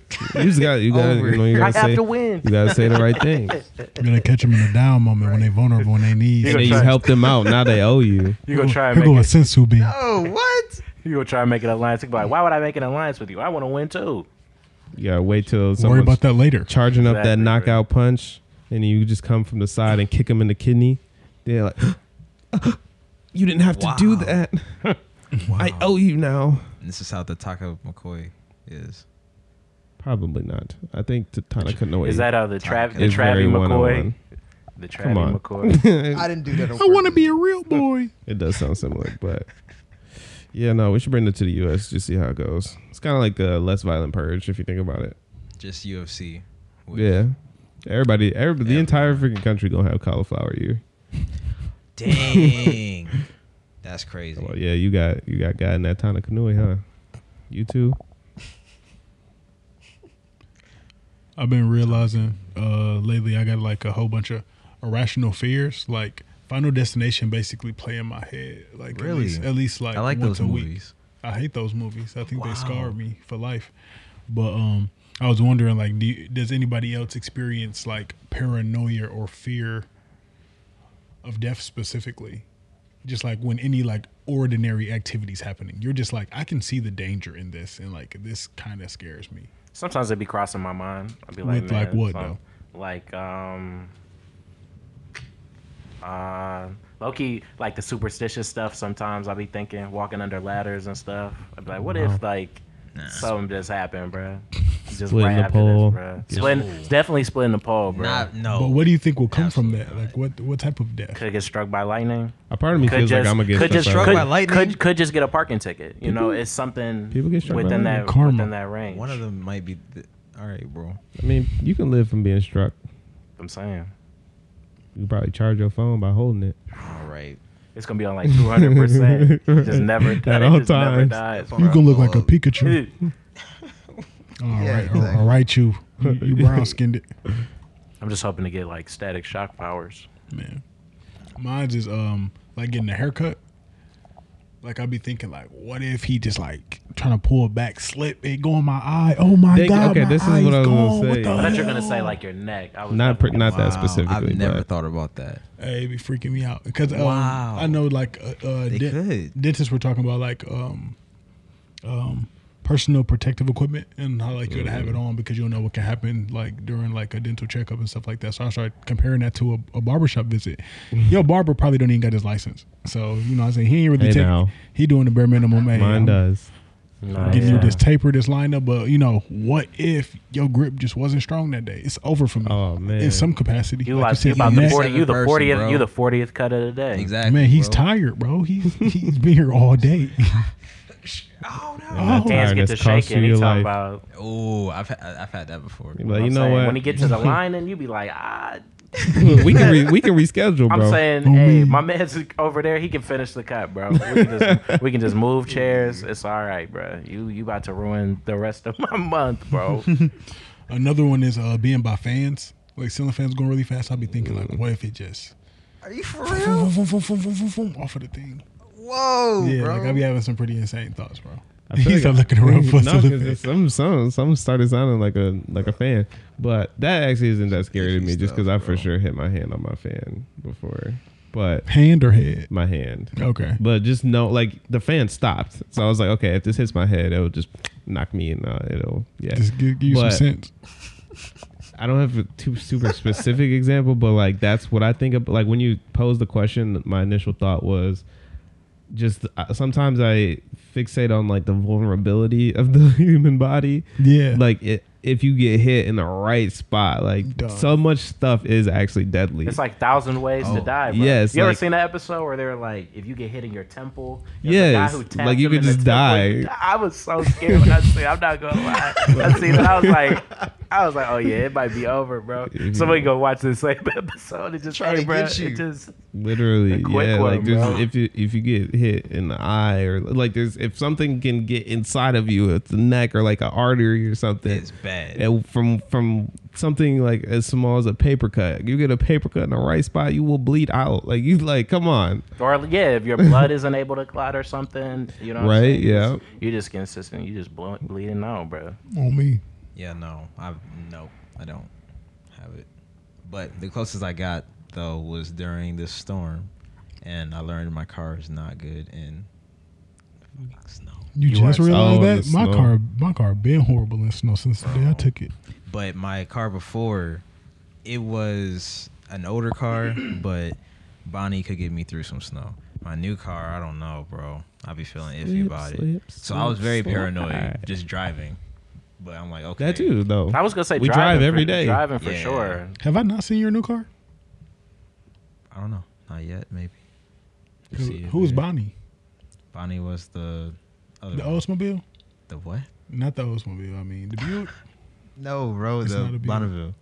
[SPEAKER 4] just got. You got.
[SPEAKER 2] Over.
[SPEAKER 4] You know. You
[SPEAKER 3] I have
[SPEAKER 4] gotta say.
[SPEAKER 3] to
[SPEAKER 4] You
[SPEAKER 3] win.
[SPEAKER 4] gotta say the
[SPEAKER 3] (laughs)
[SPEAKER 4] right thing.
[SPEAKER 1] You're gonna catch them in a down moment when they vulnerable and they need.
[SPEAKER 4] And
[SPEAKER 3] gonna
[SPEAKER 4] then you
[SPEAKER 3] try-
[SPEAKER 4] help them out. Now they owe you.
[SPEAKER 3] You gonna try and
[SPEAKER 1] Here
[SPEAKER 3] make
[SPEAKER 1] go a
[SPEAKER 3] it,
[SPEAKER 1] sensu bean.
[SPEAKER 2] Oh, what?
[SPEAKER 3] you gonna try and make an alliance? You be Like, why would I make an alliance with you? I want to win too.
[SPEAKER 4] You gotta wait till
[SPEAKER 1] Worry
[SPEAKER 4] someone's
[SPEAKER 1] about that later.
[SPEAKER 4] charging up that
[SPEAKER 3] Exactly, right.
[SPEAKER 4] knockout punch, and you just come from the side and kick them in the kidney. They're like, (gasps) "You didn't have to do
[SPEAKER 2] Wow.
[SPEAKER 4] that.
[SPEAKER 3] (laughs)
[SPEAKER 4] I owe you now."
[SPEAKER 2] And (laughs) this is how the Taka McCoy is.
[SPEAKER 4] Probably not. I think Tatana couldn't
[SPEAKER 3] Is that how the Trav, the
[SPEAKER 4] It's very
[SPEAKER 3] Travie McCoy,
[SPEAKER 4] 101.
[SPEAKER 3] the
[SPEAKER 4] Come
[SPEAKER 3] Travie
[SPEAKER 4] on. (laughs)
[SPEAKER 3] McCoy? (laughs)
[SPEAKER 2] I didn't do that.
[SPEAKER 1] I want to be a real boy.
[SPEAKER 4] It does sound similar, but yeah, no, we should bring it to the U.S. Just see how it goes. It's kind of like the less violent purge, if you think about it.
[SPEAKER 2] just UFC. with-
[SPEAKER 4] Yeah, everybody, everybody, the
[SPEAKER 2] Yeah.
[SPEAKER 4] entire freaking country gonna have cauliflower ear. (laughs)
[SPEAKER 2] Dang. That's crazy.
[SPEAKER 4] Well, yeah, you got you got guy in that Tana Kanui, huh? You too.
[SPEAKER 1] I've been realizing uh, lately I got like a whole bunch of irrational fears. Like Final Destination basically play in my head. Like
[SPEAKER 2] Really?
[SPEAKER 1] at least, at least like
[SPEAKER 2] I like
[SPEAKER 1] once
[SPEAKER 2] those
[SPEAKER 1] a week.
[SPEAKER 2] movies.
[SPEAKER 1] I hate those movies. I think
[SPEAKER 2] Wow.
[SPEAKER 1] they scar me for life. But um, I was wondering like, do you, does anybody else experience like paranoia or fear of death specifically? Just like when any like ordinary activities happening, you're just like, I can see the danger in this, and like this kind of scares me.
[SPEAKER 3] Sometimes it'd be crossing my mind. I'd be like,
[SPEAKER 1] With,
[SPEAKER 3] man,
[SPEAKER 1] like, what,
[SPEAKER 3] some- Like um, uh, low key, like the superstitious stuff. Sometimes I'll be thinking walking under ladders and stuff. I'd be like, what
[SPEAKER 4] Uh-huh.
[SPEAKER 3] if like
[SPEAKER 2] Nah.
[SPEAKER 3] something just happened,
[SPEAKER 4] (laughs)
[SPEAKER 3] bruh? Just
[SPEAKER 4] Splitting
[SPEAKER 3] right
[SPEAKER 4] the
[SPEAKER 3] after
[SPEAKER 4] pole.
[SPEAKER 3] this, bruh. Splitting, definitely splitting the pole, bruh.
[SPEAKER 2] Not, no.
[SPEAKER 1] But what do you think will come
[SPEAKER 2] Absolutely
[SPEAKER 1] from that?
[SPEAKER 2] not.
[SPEAKER 1] Like what what type of death?
[SPEAKER 3] could get struck by lightning.
[SPEAKER 4] A part of me
[SPEAKER 3] Could
[SPEAKER 4] feels
[SPEAKER 3] just
[SPEAKER 4] like I'm gonna get
[SPEAKER 3] could just
[SPEAKER 2] by lightning.
[SPEAKER 3] could,
[SPEAKER 2] Struck by lightning?
[SPEAKER 3] Could, could just get a parking ticket. You know, it's something
[SPEAKER 4] people get struck by
[SPEAKER 3] within
[SPEAKER 4] lightning.
[SPEAKER 3] that
[SPEAKER 1] Karma.
[SPEAKER 3] within that range.
[SPEAKER 2] One of them might be. th- all right, bro.
[SPEAKER 4] I mean, you can live from being struck.
[SPEAKER 3] I'm saying
[SPEAKER 4] You can probably charge your phone by holding it.
[SPEAKER 2] All right.
[SPEAKER 3] it's gonna be on like 200.
[SPEAKER 4] (laughs)
[SPEAKER 3] percent Just never
[SPEAKER 4] At
[SPEAKER 3] that it
[SPEAKER 4] all
[SPEAKER 3] just never
[SPEAKER 4] times.
[SPEAKER 3] dies.
[SPEAKER 2] Fuck.
[SPEAKER 1] You gonna look like a
[SPEAKER 2] Uh,
[SPEAKER 1] Pikachu. All right,
[SPEAKER 2] Yeah, exactly.
[SPEAKER 1] all right,
[SPEAKER 3] (laughs)
[SPEAKER 1] you (laughs) you, brown skinned it,
[SPEAKER 3] I'm just hoping to get like static shock powers.
[SPEAKER 1] man. Mine's is um like getting a haircut. Like I'd be thinking like, what if he just like trying to pull back, slip it, go in my eye. Oh my
[SPEAKER 4] Think-
[SPEAKER 1] god,
[SPEAKER 4] okay,
[SPEAKER 1] my
[SPEAKER 4] this is
[SPEAKER 1] eye's
[SPEAKER 4] what I was gonna
[SPEAKER 1] gone. What
[SPEAKER 4] say.
[SPEAKER 1] the
[SPEAKER 3] I thought you were
[SPEAKER 1] hell?
[SPEAKER 3] gonna say like your neck. I was
[SPEAKER 4] Not
[SPEAKER 3] definitely-
[SPEAKER 4] pr- not that
[SPEAKER 2] Wow,
[SPEAKER 4] specifically,
[SPEAKER 2] I've never
[SPEAKER 4] but-
[SPEAKER 2] thought about that.
[SPEAKER 1] Hey, it be freaking me out because um,
[SPEAKER 2] Wow.
[SPEAKER 1] I know like uh, uh,
[SPEAKER 2] They
[SPEAKER 1] dent-
[SPEAKER 2] could.
[SPEAKER 1] dentists were talking about like um, um, personal protective equipment and how like you gotta
[SPEAKER 4] Mm.
[SPEAKER 1] have it on because you don't know what can happen like during like a dental checkup and stuff like that. So I started comparing that to a, a barbershop
[SPEAKER 4] (laughs)
[SPEAKER 1] visit. Your barber probably don't even got his license, so you know what I'm saying he ain't really
[SPEAKER 4] Hey,
[SPEAKER 1] taking.
[SPEAKER 4] now.
[SPEAKER 1] He doing the bare minimum. Hey,
[SPEAKER 4] Mine
[SPEAKER 1] I'm
[SPEAKER 4] does.
[SPEAKER 3] Nah,
[SPEAKER 1] Giving
[SPEAKER 3] yeah.
[SPEAKER 1] you this taper, this lineup, but you know what if your grip just wasn't strong that day? It's over for me.
[SPEAKER 4] Oh, man.
[SPEAKER 1] in some capacity.
[SPEAKER 3] You
[SPEAKER 1] Like
[SPEAKER 3] like
[SPEAKER 1] said,
[SPEAKER 3] you about
[SPEAKER 1] your
[SPEAKER 3] the
[SPEAKER 1] neck-
[SPEAKER 3] forty? You the
[SPEAKER 2] Person,
[SPEAKER 3] fortieth?
[SPEAKER 2] bro.
[SPEAKER 3] You the fortieth cut of the day?
[SPEAKER 2] Exactly.
[SPEAKER 1] Man, he's
[SPEAKER 2] bro.
[SPEAKER 1] tired, bro. He's he's been here all day.
[SPEAKER 2] Oh no.
[SPEAKER 1] Oh.
[SPEAKER 4] That
[SPEAKER 3] Hands get
[SPEAKER 4] tiredness
[SPEAKER 3] to
[SPEAKER 4] costs you
[SPEAKER 3] shaking. He
[SPEAKER 4] your
[SPEAKER 3] talking
[SPEAKER 4] life.
[SPEAKER 3] about
[SPEAKER 2] Oh, I've ha- I've had that before.
[SPEAKER 4] You're like,
[SPEAKER 3] I'm
[SPEAKER 4] you know
[SPEAKER 3] saying,
[SPEAKER 4] what?
[SPEAKER 3] When he
[SPEAKER 4] (laughs)
[SPEAKER 3] gets to the line, and you be like, ah.
[SPEAKER 4] we
[SPEAKER 3] (laughs)
[SPEAKER 4] can re- we can reschedule,
[SPEAKER 3] I'm
[SPEAKER 4] bro.
[SPEAKER 3] saying,
[SPEAKER 1] Who
[SPEAKER 3] hey,
[SPEAKER 1] me?
[SPEAKER 3] my man's over there. He can finish the cut, bro. We can just, we can just move chairs. It's all right, bro. You you about to ruin the rest of my month, bro.
[SPEAKER 1] (laughs) Another one is uh, being by fans. Like ceiling fans going really fast. I'll be thinking like, what if it just
[SPEAKER 2] Are you
[SPEAKER 1] (laughs)
[SPEAKER 2] for
[SPEAKER 1] boom,
[SPEAKER 2] real?
[SPEAKER 1] boom, boom, boom, boom, boom, boom, off of the thing?
[SPEAKER 2] Whoa,
[SPEAKER 1] Yeah,
[SPEAKER 2] bro.
[SPEAKER 1] like I be having some pretty insane thoughts, bro.
[SPEAKER 4] I feel
[SPEAKER 1] He's not
[SPEAKER 4] like I-
[SPEAKER 1] looking around for
[SPEAKER 4] (laughs)
[SPEAKER 1] us to
[SPEAKER 4] No, 'cause
[SPEAKER 1] look
[SPEAKER 4] it's-
[SPEAKER 1] at.
[SPEAKER 4] some some some started sounding like a like a fan, but that actually isn't that scary to me, just because I for sure hit my hand on my fan before, but
[SPEAKER 1] Hand or head?
[SPEAKER 4] my hand.
[SPEAKER 1] Okay.
[SPEAKER 4] But just know, like the fan stopped, so I was like, okay, if this hits my head, it'll just knock me and uh, it'll yeah.
[SPEAKER 1] Just give, give you some
[SPEAKER 4] But-
[SPEAKER 1] sense.
[SPEAKER 4] I don't have a too super specific (laughs) example, but like that's what I think of. Like when you pose the question, my initial thought was just uh, sometimes I fixate on like the vulnerability of the (laughs) human body.
[SPEAKER 1] Yeah.
[SPEAKER 4] Like it, if you get hit in the right spot. Like
[SPEAKER 1] Dog.
[SPEAKER 4] so much stuff is actually deadly.
[SPEAKER 3] It's like thousand ways
[SPEAKER 2] Oh,
[SPEAKER 3] to die. Bro.
[SPEAKER 4] yeah, it's
[SPEAKER 3] you ever
[SPEAKER 4] like-
[SPEAKER 3] seen that episode where they're like, if you get hit in your temple,
[SPEAKER 4] Yes,
[SPEAKER 3] there's a guy who tapped
[SPEAKER 4] like, you
[SPEAKER 3] him
[SPEAKER 4] could
[SPEAKER 3] in the
[SPEAKER 4] just
[SPEAKER 3] temple, you
[SPEAKER 4] die.
[SPEAKER 3] die. (laughs) I was so scared when I seen. it. I'm not gonna lie. I seen it. I was like, I was like, oh yeah, it might be over, bro. Somebody go watch this same (laughs) episode and just
[SPEAKER 2] Try to
[SPEAKER 3] hey, bro,
[SPEAKER 2] get you.
[SPEAKER 3] It just
[SPEAKER 4] Literally,
[SPEAKER 3] The quick
[SPEAKER 4] yeah.
[SPEAKER 3] one,
[SPEAKER 4] like there's,
[SPEAKER 3] bro.
[SPEAKER 4] if you if you get hit in the eye or like there's if something can get inside of you, it's the neck or like an artery or something.
[SPEAKER 2] It's bad.
[SPEAKER 4] and eh, from from something like as small as a paper cut, you get a paper cut in the right spot, you will bleed out. Like you like, come on,
[SPEAKER 3] or yeah, if your blood isn't able to clot or something, you know, what I'm
[SPEAKER 4] Right,
[SPEAKER 3] saying? You
[SPEAKER 4] yeah.
[SPEAKER 3] just- You just consistent. You just blow, bleeding out, bro.
[SPEAKER 1] on me.
[SPEAKER 2] Yeah, no, I no, I don't have it. But the closest I got though was during this storm, and I learned my car is not good in fucking snow.
[SPEAKER 1] You,
[SPEAKER 4] You
[SPEAKER 1] just
[SPEAKER 4] are so
[SPEAKER 1] realized
[SPEAKER 4] in
[SPEAKER 1] that
[SPEAKER 4] the
[SPEAKER 1] my
[SPEAKER 4] snow.
[SPEAKER 1] car, my car, been horrible in snow since the day I took it.
[SPEAKER 2] But my car before, it was an older
[SPEAKER 1] (clears throat)
[SPEAKER 2] car, but Bonnie could get me through some snow. My new car, I don't know, bro. I be feeling iffy
[SPEAKER 4] Slip,
[SPEAKER 2] about it.
[SPEAKER 4] slip,
[SPEAKER 2] So I was very
[SPEAKER 4] slip,
[SPEAKER 2] paranoid
[SPEAKER 4] slide.
[SPEAKER 2] just driving. But I'm like, okay.
[SPEAKER 4] that too though.
[SPEAKER 3] I was gonna say
[SPEAKER 4] we
[SPEAKER 3] driving
[SPEAKER 4] drive
[SPEAKER 3] for-
[SPEAKER 4] every day.
[SPEAKER 3] Driving for
[SPEAKER 2] Yeah.
[SPEAKER 3] sure.
[SPEAKER 1] Have I not seen your new car?
[SPEAKER 2] I don't know. Not yet, maybe.
[SPEAKER 1] Who-
[SPEAKER 2] See it
[SPEAKER 1] Who was
[SPEAKER 2] later.
[SPEAKER 1] Bonnie?
[SPEAKER 2] Bonnie was the other
[SPEAKER 1] The
[SPEAKER 2] one.
[SPEAKER 1] Oldsmobile?
[SPEAKER 2] the what?
[SPEAKER 1] Not the Oldsmobile. I mean the Buick.
[SPEAKER 2] No, bro,
[SPEAKER 1] It's
[SPEAKER 2] the
[SPEAKER 1] not a Beamer.
[SPEAKER 2] Bonneville.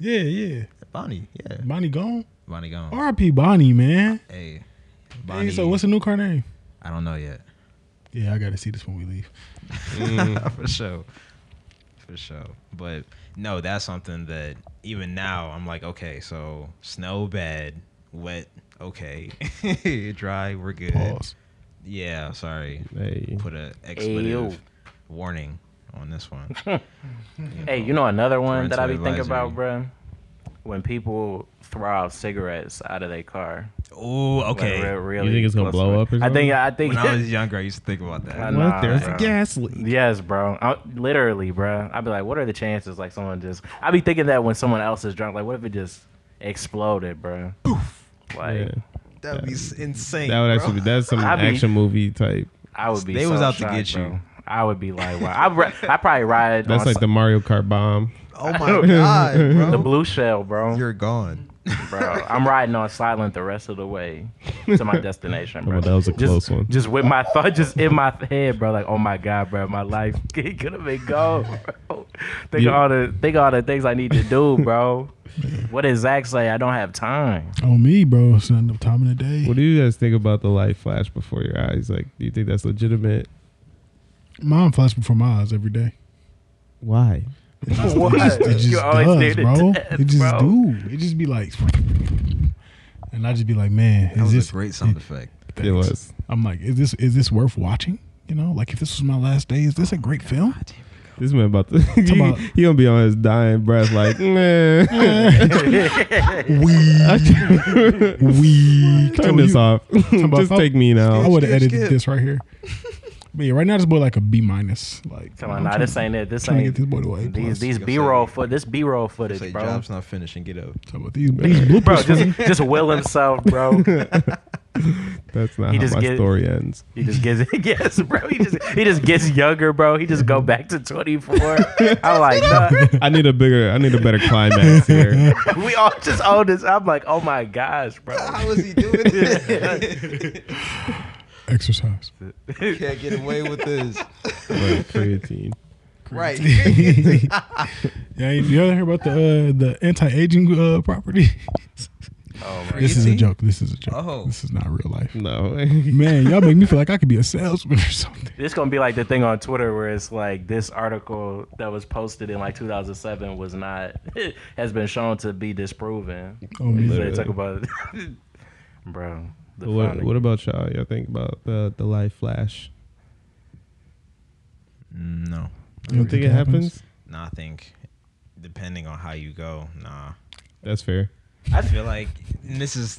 [SPEAKER 1] Yeah, yeah.
[SPEAKER 2] Bonnie, yeah.
[SPEAKER 1] Bonnie gone.
[SPEAKER 2] Bonnie gone.
[SPEAKER 1] R.P. Bonnie, man.
[SPEAKER 2] Hey, Bonnie.
[SPEAKER 1] Hey, so what's the new car name?
[SPEAKER 2] I don't know yet.
[SPEAKER 1] Yeah, I gotta see this when we leave.
[SPEAKER 2] (laughs) for sure, for sure. But no, that's something that even now I'm like, okay, so snow bad, wet, okay, (laughs) dry, we're good.
[SPEAKER 1] Pause.
[SPEAKER 2] Yeah, sorry,
[SPEAKER 4] Hey.
[SPEAKER 2] put a
[SPEAKER 3] Ayo.
[SPEAKER 2] expletive warning on this
[SPEAKER 3] (laughs)
[SPEAKER 2] one.
[SPEAKER 3] Hey, you know another one that I be
[SPEAKER 2] Parental
[SPEAKER 3] thinking about, bro? When people throw out cigarettes out of their car.
[SPEAKER 2] Oh,
[SPEAKER 3] Like,
[SPEAKER 2] okay.
[SPEAKER 3] re- really
[SPEAKER 4] think it's gonna
[SPEAKER 3] close
[SPEAKER 4] blow
[SPEAKER 3] to it.
[SPEAKER 4] up or
[SPEAKER 3] I think
[SPEAKER 4] something?
[SPEAKER 3] I think
[SPEAKER 2] When I was younger, I used to think about that.
[SPEAKER 3] I
[SPEAKER 4] What?
[SPEAKER 3] know. Nah,
[SPEAKER 4] There's
[SPEAKER 3] bro.
[SPEAKER 4] a gas leak.
[SPEAKER 3] (laughs) Yes, bro. I, literally, bro. I'd be like, what are the chances? Like someone just I be thinking that when someone else is drunk, like what if it just exploded, bro? Like
[SPEAKER 4] Yeah.
[SPEAKER 2] That would be s- insane.
[SPEAKER 4] That would
[SPEAKER 2] bro.
[SPEAKER 4] actually be that's some
[SPEAKER 3] I be-
[SPEAKER 4] action movie type.
[SPEAKER 3] I would be.
[SPEAKER 2] They
[SPEAKER 3] so
[SPEAKER 2] was out to
[SPEAKER 3] shocked,
[SPEAKER 2] get you.
[SPEAKER 3] bro. I would be like, wow. I ri- I probably ride.
[SPEAKER 4] That's
[SPEAKER 3] on
[SPEAKER 4] like the Mario Kart bomb.
[SPEAKER 2] Oh
[SPEAKER 4] (laughs)
[SPEAKER 2] my god, bro.
[SPEAKER 3] the blue shell, bro.
[SPEAKER 2] You're gone.
[SPEAKER 3] bro. I'm riding on silent the rest of the way to my destination, bro.
[SPEAKER 4] (laughs) Oh, that was a
[SPEAKER 3] just,
[SPEAKER 4] close one.
[SPEAKER 3] Just with my thought, just in my head, bro. Like, oh my god, bro, my life (laughs) could have been gone. Bro. Think
[SPEAKER 4] Yeah.
[SPEAKER 3] of all the think of all the things I need to do, bro. what did Zach say? I don't have time.
[SPEAKER 1] On me, bro. It's not enough time in the day.
[SPEAKER 4] What do you guys think about the light flash before your eyes? Like, do you think that's legitimate?
[SPEAKER 1] Mine flashes before my eyes every
[SPEAKER 3] (laughs)
[SPEAKER 1] day.
[SPEAKER 4] Why?
[SPEAKER 3] What?
[SPEAKER 1] It just
[SPEAKER 3] You always
[SPEAKER 1] does,
[SPEAKER 3] did it
[SPEAKER 1] bro.
[SPEAKER 3] to death,
[SPEAKER 1] it just
[SPEAKER 3] bro.
[SPEAKER 1] do. It just be like, and I just be like, man,
[SPEAKER 2] That
[SPEAKER 1] is
[SPEAKER 2] was
[SPEAKER 1] this
[SPEAKER 2] a
[SPEAKER 4] (laughs)
[SPEAKER 2] great sound effect.
[SPEAKER 4] It was.
[SPEAKER 1] I'm like, is this is this worth watching? You know, like if this was my last day, is this a great film?
[SPEAKER 4] This man about to. (laughs)
[SPEAKER 1] about-
[SPEAKER 4] he, he gonna be on his dying breath, like, (laughs) man.
[SPEAKER 1] (laughs)
[SPEAKER 4] (laughs)
[SPEAKER 2] (laughs)
[SPEAKER 1] We
[SPEAKER 4] Turn this off.
[SPEAKER 1] about-
[SPEAKER 4] (laughs) Just take me
[SPEAKER 1] I
[SPEAKER 4] now.
[SPEAKER 1] would have
[SPEAKER 2] Skip,
[SPEAKER 1] edited
[SPEAKER 2] skip.
[SPEAKER 1] this right here. But yeah, right now this boy like a B minus. Like,
[SPEAKER 3] Come on,
[SPEAKER 1] I'm
[SPEAKER 3] nah,
[SPEAKER 1] trying-
[SPEAKER 3] this ain't it. This
[SPEAKER 1] trying to
[SPEAKER 3] ain't
[SPEAKER 1] get this boy to A
[SPEAKER 3] these
[SPEAKER 1] plus.
[SPEAKER 3] these
[SPEAKER 2] Yo,
[SPEAKER 3] B roll
[SPEAKER 2] say-
[SPEAKER 3] foot. This B roll footage,
[SPEAKER 2] Say
[SPEAKER 3] bro.
[SPEAKER 2] job's not finished and get up.
[SPEAKER 1] Talking about these, these bloopers.
[SPEAKER 3] Bro,
[SPEAKER 1] for me.
[SPEAKER 3] just just will himself, bro.
[SPEAKER 4] (laughs) That's not
[SPEAKER 3] He
[SPEAKER 4] how
[SPEAKER 3] just
[SPEAKER 4] my
[SPEAKER 3] get-
[SPEAKER 4] story ends.
[SPEAKER 3] He just gets (laughs) yes, bro. He just he just gets younger, bro. He just go back to twenty four. I'm like, nah.
[SPEAKER 4] (laughs) I need a bigger. I need a better climax here.
[SPEAKER 3] (laughs) we all just own this. I'm like, oh my gosh,
[SPEAKER 2] (laughs)
[SPEAKER 3] bro.
[SPEAKER 2] How is he
[SPEAKER 3] (laughs)
[SPEAKER 2] doing it?
[SPEAKER 1] (laughs) exercise.
[SPEAKER 2] Can't get away with this.
[SPEAKER 4] Like,
[SPEAKER 2] (laughs)
[SPEAKER 4] creatine. (laughs)
[SPEAKER 2] Right. (laughs)
[SPEAKER 1] Yeah, you ever hear about the uh, the anti aging uh,
[SPEAKER 4] (laughs)
[SPEAKER 1] property?
[SPEAKER 3] Oh my
[SPEAKER 1] This is a
[SPEAKER 2] Creatine?
[SPEAKER 1] joke. This is a joke.
[SPEAKER 2] Oh.
[SPEAKER 1] This is not real life.
[SPEAKER 3] (laughs)
[SPEAKER 4] No.
[SPEAKER 1] Man, y'all make me feel like I could be a salesman (laughs) or something.
[SPEAKER 3] This gonna be like the thing on Twitter where it's like this article that was posted in like 2007 was not (laughs) has been shown to be disproven.
[SPEAKER 1] Oh,
[SPEAKER 3] They
[SPEAKER 1] man.
[SPEAKER 3] say-
[SPEAKER 4] Literally.
[SPEAKER 3] talk about, (laughs) bro. The
[SPEAKER 4] what,
[SPEAKER 3] founding-
[SPEAKER 4] what about y'all? Y'all think about the the light flash?
[SPEAKER 2] Mm, no.
[SPEAKER 4] You don't think it happens?
[SPEAKER 2] No, I think depending on how you go, nah.
[SPEAKER 4] That's fair.
[SPEAKER 2] I feel like this is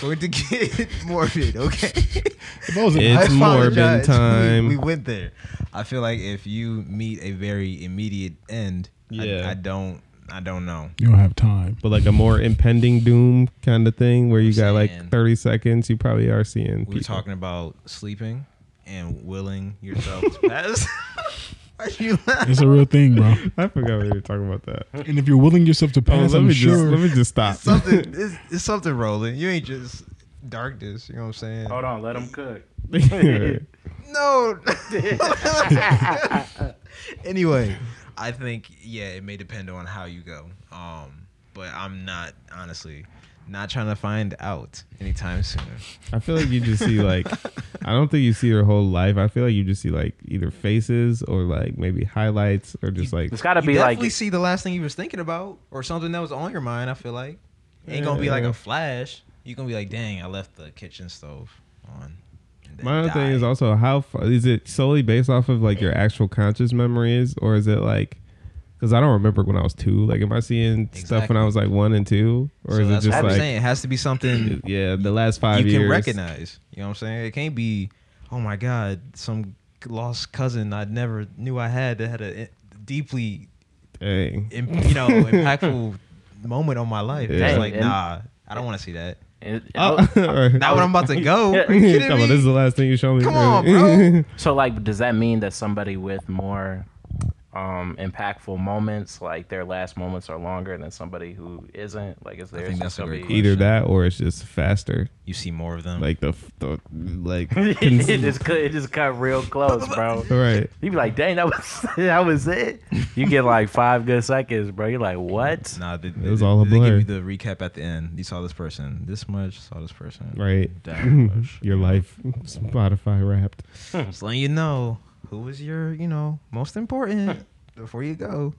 [SPEAKER 2] going to get (laughs) morbid, okay?
[SPEAKER 1] If I was an
[SPEAKER 4] It's
[SPEAKER 2] I
[SPEAKER 4] morbid
[SPEAKER 2] apologize. (laughs)
[SPEAKER 4] time.
[SPEAKER 2] We, we went there. I feel like if you meet a very immediate end, I-
[SPEAKER 4] Yeah.
[SPEAKER 2] I, don't I don't know.
[SPEAKER 1] You don't have time.
[SPEAKER 4] But like a more impending doom kind of thing, where you
[SPEAKER 2] I'm
[SPEAKER 4] got
[SPEAKER 2] saying-
[SPEAKER 4] like thirty seconds, you probably are seeing.
[SPEAKER 2] We were
[SPEAKER 4] people.
[SPEAKER 2] talking about sleeping and willing yourself to pass. (laughs) you laugh.
[SPEAKER 1] It's a real thing,
[SPEAKER 4] (laughs)
[SPEAKER 1] bro.
[SPEAKER 4] (laughs) I forgot we were talking about that.
[SPEAKER 1] And if you're willing yourself to
[SPEAKER 4] Oh,
[SPEAKER 1] pass,
[SPEAKER 4] let
[SPEAKER 1] I'm
[SPEAKER 4] me
[SPEAKER 1] sure.
[SPEAKER 4] just let me just stop. (laughs)
[SPEAKER 2] Something (laughs) it's, it's something rolling. You ain't just darkness. You know what I'm saying?
[SPEAKER 3] Hold on, let him
[SPEAKER 4] (laughs)
[SPEAKER 3] cook.
[SPEAKER 2] No. (laughs) anyway, I think yeah, it may depend on how you go. Um, but I'm not honestly not trying to find out anytime soon.
[SPEAKER 4] I feel like you just see like I don't think you see her whole life. I feel like you just see like either faces or like maybe highlights or just like
[SPEAKER 3] It's got to
[SPEAKER 2] you
[SPEAKER 3] be like
[SPEAKER 2] definitely see the last thing you was thinking about or something that was on your mind. I feel like ain't gonna be like
[SPEAKER 4] Yeah.
[SPEAKER 2] a flash. You gonna be like, dang, I left the kitchen stove on. and then
[SPEAKER 4] My other thing is
[SPEAKER 2] die.
[SPEAKER 4] also how far is it solely based off of like your actual conscious memories, or is it like because I don't remember when I was two. Like, am I seeing stuff when
[SPEAKER 2] Exactly.
[SPEAKER 4] I was like one and two, or
[SPEAKER 2] So
[SPEAKER 4] is
[SPEAKER 2] that's
[SPEAKER 4] it just
[SPEAKER 2] what I'm
[SPEAKER 4] like
[SPEAKER 2] saying. It has to be something
[SPEAKER 4] (clears throat) yeah, the last five
[SPEAKER 2] you
[SPEAKER 4] years?
[SPEAKER 2] can recognize. You know what I'm saying? It can't be, oh my God, some lost cousin I never knew I had that had a eh, deeply,
[SPEAKER 4] Dang.
[SPEAKER 2] im- you
[SPEAKER 4] (laughs)
[SPEAKER 2] know, impactful moment on my life.
[SPEAKER 4] Yeah.
[SPEAKER 2] It's like,
[SPEAKER 3] And-
[SPEAKER 2] nah, I don't want to see that.
[SPEAKER 3] it-
[SPEAKER 4] Oh,
[SPEAKER 2] Now
[SPEAKER 4] (laughs)
[SPEAKER 2] when I'm about to go, are you kidding
[SPEAKER 4] Come on, this is
[SPEAKER 2] me?
[SPEAKER 4] the last thing you show me.
[SPEAKER 2] Come on,
[SPEAKER 4] really.
[SPEAKER 3] So like, does that mean that somebody with more um impactful moments, like their last moments, are longer than somebody who isn't? Like, is there
[SPEAKER 2] think that's a
[SPEAKER 3] gonna
[SPEAKER 2] great
[SPEAKER 3] be-
[SPEAKER 4] (laughs) Either that or it's just faster.
[SPEAKER 2] You see more of them.
[SPEAKER 4] Like the, f- the
[SPEAKER 2] (laughs)
[SPEAKER 4] like.
[SPEAKER 3] (laughs) it
[SPEAKER 4] cons-
[SPEAKER 3] just cut, it just cut real close,
[SPEAKER 4] (laughs)
[SPEAKER 3] bro.
[SPEAKER 4] right.
[SPEAKER 3] You be like, dang, that was (laughs) that was it. You get like five good seconds, bro. You're like, what?
[SPEAKER 2] Nah, they, it
[SPEAKER 4] was all a
[SPEAKER 2] they
[SPEAKER 4] blur.
[SPEAKER 2] give you the recap at the end. You saw this person this much, saw this person
[SPEAKER 4] Right. (laughs)
[SPEAKER 2] that much.
[SPEAKER 4] Your life, Spotify wrapped.
[SPEAKER 2] Just letting you know who was your, you know, most important before you go.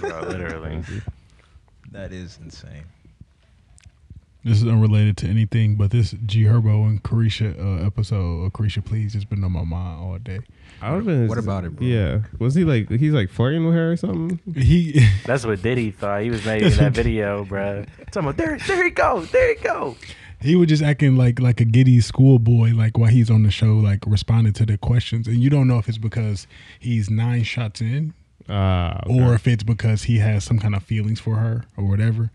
[SPEAKER 3] Bro, literally.
[SPEAKER 2] (laughs) That is insane.
[SPEAKER 1] This is unrelated to anything, but this G Herbo and Carisha uh, episode of Carisha Please has been on my mind all day.
[SPEAKER 4] I would've been-
[SPEAKER 2] What about it, bro?
[SPEAKER 4] Yeah, was he like he's like flirting with her or something?
[SPEAKER 1] He
[SPEAKER 3] (laughs)
[SPEAKER 1] (laughs)
[SPEAKER 3] That's what Diddy thought. He was made in that video, bro. Talking about there, there he go, there he go. (laughs)
[SPEAKER 1] he was just acting like like a giddy schoolboy, like while he's on the show, like responding to the questions, and you don't know if it's because he's nine shots in
[SPEAKER 4] Ah, okay.
[SPEAKER 1] or if it's because he has some kind of feelings for her or whatever.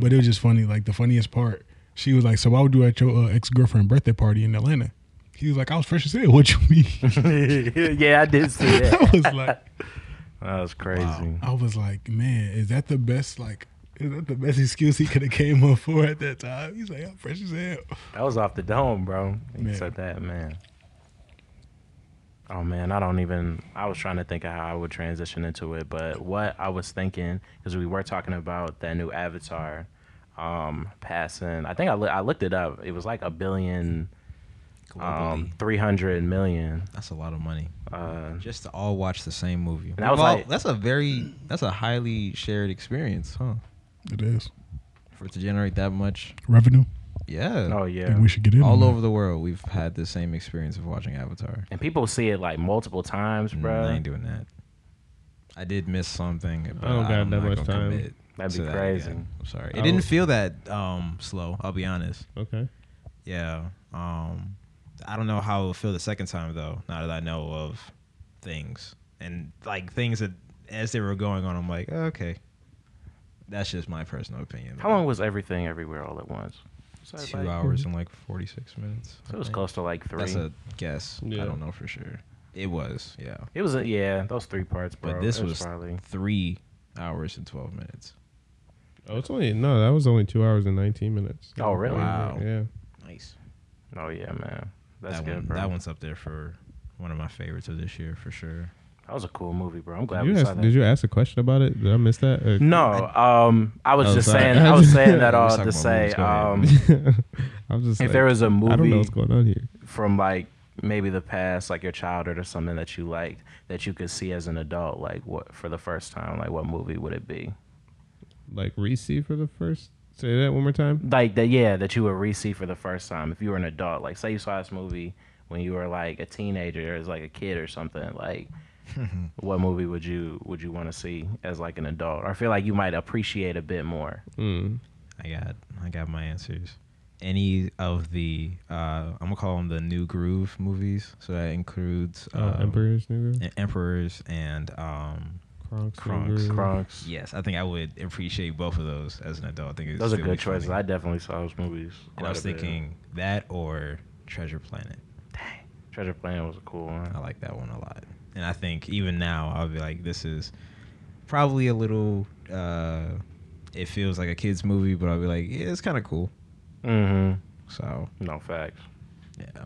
[SPEAKER 1] But it was just funny. Like the funniest part, she was like, "So why would you at your uh, ex girlfriend birthday party in Atlanta?" He was like, "I was fresh as hell. What you mean?" (laughs)
[SPEAKER 3] yeah, I did see that.
[SPEAKER 1] I was like,
[SPEAKER 3] That was crazy.
[SPEAKER 1] I was like, man, is that the best? Like, is that the best excuse he could have came up for at that time? He's like, I'm fresh as hell.
[SPEAKER 3] That was off the dome, bro. He
[SPEAKER 1] Man.
[SPEAKER 3] said that, man. Oh man, I don't even. I was trying to think of how I would transition into it, but what I was thinking because we were talking about that new Avatar um, passing. I think I, loo- I looked it up. It was like a billion, um,
[SPEAKER 2] Globally,
[SPEAKER 3] three hundred million.
[SPEAKER 2] that's a lot of money
[SPEAKER 3] Uh,
[SPEAKER 2] just to all watch the same movie.
[SPEAKER 3] And I was
[SPEAKER 2] Well,
[SPEAKER 3] like-
[SPEAKER 2] that's a very that's a highly shared experience, huh?
[SPEAKER 1] It is
[SPEAKER 2] For it to generate that much,
[SPEAKER 1] revenue.
[SPEAKER 2] yeah.
[SPEAKER 3] oh
[SPEAKER 1] I think
[SPEAKER 3] yeah,
[SPEAKER 1] we should get in
[SPEAKER 2] All
[SPEAKER 1] on
[SPEAKER 2] over the world, we've had the same experience of watching Avatar.
[SPEAKER 3] and people see it like multiple times,
[SPEAKER 2] Mm,
[SPEAKER 3] bro.
[SPEAKER 2] I ain't doing that. I did miss something. But
[SPEAKER 4] I don't got
[SPEAKER 2] I'm
[SPEAKER 4] that
[SPEAKER 2] not
[SPEAKER 4] much
[SPEAKER 2] gonna
[SPEAKER 4] time.
[SPEAKER 2] commit
[SPEAKER 3] That'd be
[SPEAKER 2] to that
[SPEAKER 3] crazy.
[SPEAKER 2] again. I'm sorry. It
[SPEAKER 4] I
[SPEAKER 2] didn't
[SPEAKER 4] was-
[SPEAKER 2] feel that um, slow. I'll be honest.
[SPEAKER 4] okay.
[SPEAKER 2] Yeah. Um, I don't know how it'll feel the second time though. Now that I know of things and like things that as they were going on, I'm like, okay, that's just my personal opinion.
[SPEAKER 3] How long was everything everywhere all at once? Was that,
[SPEAKER 2] Two
[SPEAKER 3] like-
[SPEAKER 2] hours and like 46 minutes. I
[SPEAKER 3] It was
[SPEAKER 2] think.
[SPEAKER 3] close to like three.
[SPEAKER 2] That's a guess.
[SPEAKER 4] Yeah.
[SPEAKER 2] I don't know for sure. It was, yeah.
[SPEAKER 3] it was a, yeah, those three parts, bro.
[SPEAKER 2] But this
[SPEAKER 3] It
[SPEAKER 2] was
[SPEAKER 3] probably
[SPEAKER 2] three hours and 12 minutes.
[SPEAKER 4] Oh, it's only no. That was only two hours and nineteen minutes.
[SPEAKER 3] Oh, really?
[SPEAKER 2] Wow.
[SPEAKER 4] Yeah.
[SPEAKER 2] Nice.
[SPEAKER 3] Oh yeah, man. That's
[SPEAKER 2] that
[SPEAKER 3] good,
[SPEAKER 2] one,
[SPEAKER 3] bro.
[SPEAKER 2] That one's up there for one of my favorites of this year for sure.
[SPEAKER 3] That was a cool movie, bro. I'm glad
[SPEAKER 4] Did
[SPEAKER 3] we
[SPEAKER 4] you,
[SPEAKER 3] saw
[SPEAKER 4] ask,
[SPEAKER 3] that.
[SPEAKER 4] did you ask a question about it? Did I miss that? Or-
[SPEAKER 3] no, um, I was
[SPEAKER 4] Oh,
[SPEAKER 3] just
[SPEAKER 2] (laughs)
[SPEAKER 4] sorry.
[SPEAKER 3] saying. I was saying that
[SPEAKER 2] We
[SPEAKER 3] all
[SPEAKER 2] was
[SPEAKER 3] to
[SPEAKER 2] talking
[SPEAKER 3] say,
[SPEAKER 2] about (laughs)
[SPEAKER 3] um,
[SPEAKER 2] movies.
[SPEAKER 4] (laughs) I'm
[SPEAKER 3] if
[SPEAKER 4] just. like,
[SPEAKER 3] there was a
[SPEAKER 4] I don't know
[SPEAKER 3] movie
[SPEAKER 4] what's going on here.
[SPEAKER 3] from like maybe the past, like your childhood or something that you liked that you could see as an adult, like what for the first time, like what movie would it be?
[SPEAKER 4] Like Reese for the first. Say that one more time.
[SPEAKER 3] Like that, yeah, that you would re-see for the first time if you were an adult. Like say you saw this movie when you were like a teenager or as like a kid or something.
[SPEAKER 2] (laughs)
[SPEAKER 3] Like, what movie would you would you want to see as like an adult? Or I feel like you might appreciate a bit more.
[SPEAKER 4] Mm.
[SPEAKER 2] I got I got my answers. Any of the uh, I'm gonna call them the new groove movies. So that includes
[SPEAKER 4] Uh,
[SPEAKER 2] uh,
[SPEAKER 4] Emperor's New Groove.
[SPEAKER 2] and Emperors and um,
[SPEAKER 4] Kronk's New
[SPEAKER 2] Kronk's.
[SPEAKER 4] Groove.
[SPEAKER 3] Kronks.
[SPEAKER 2] yes, I think I would appreciate both of those as an adult. I think it's
[SPEAKER 3] Those are
[SPEAKER 2] still be
[SPEAKER 3] good choices.
[SPEAKER 2] funny.
[SPEAKER 3] I definitely saw those movies.
[SPEAKER 2] And I was
[SPEAKER 3] quite a bit.
[SPEAKER 2] thinking that or Treasure Planet.
[SPEAKER 3] Treasure Planet was a cool one.
[SPEAKER 2] I like that one a lot. And I think even now, I'll be like, this is probably a little. uh It feels like a kids movie, but I'll be like, yeah, it's kind of cool. Oh.
[SPEAKER 3] Mm-hmm.
[SPEAKER 2] So
[SPEAKER 3] No facts.
[SPEAKER 2] yeah.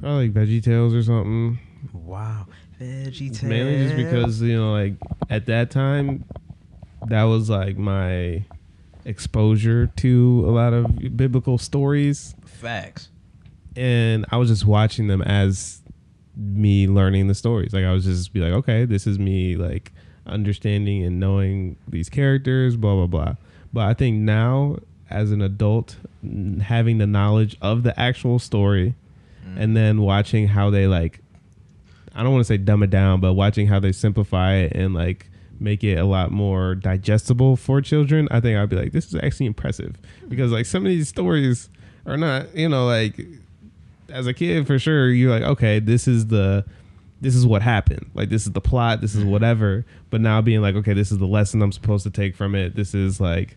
[SPEAKER 4] Probably like Veggie Tales or something.
[SPEAKER 2] Wow. Veggie
[SPEAKER 4] Mainly just because you know, like at that time, that was like my exposure to a lot of biblical stories,
[SPEAKER 2] facts.
[SPEAKER 4] and I was just watching them as me learning the stories. Like I was just be like, okay, this is me like understanding and knowing these characters, blah blah blah. But I think now, as an adult, n- having the knowledge of the actual story, and then watching how they like I don't want to say dumb it down, but watching how they simplify it and like make it a lot more digestible for children, I think I'd be like, this is actually impressive because like some of these stories are not, you know, like as a kid for sure, you're like, okay, this is the this is what happened. Like this is the plot, this is
[SPEAKER 3] Mm-hmm.
[SPEAKER 4] whatever. But now being like, okay, this is the lesson I'm supposed to take from it. This is like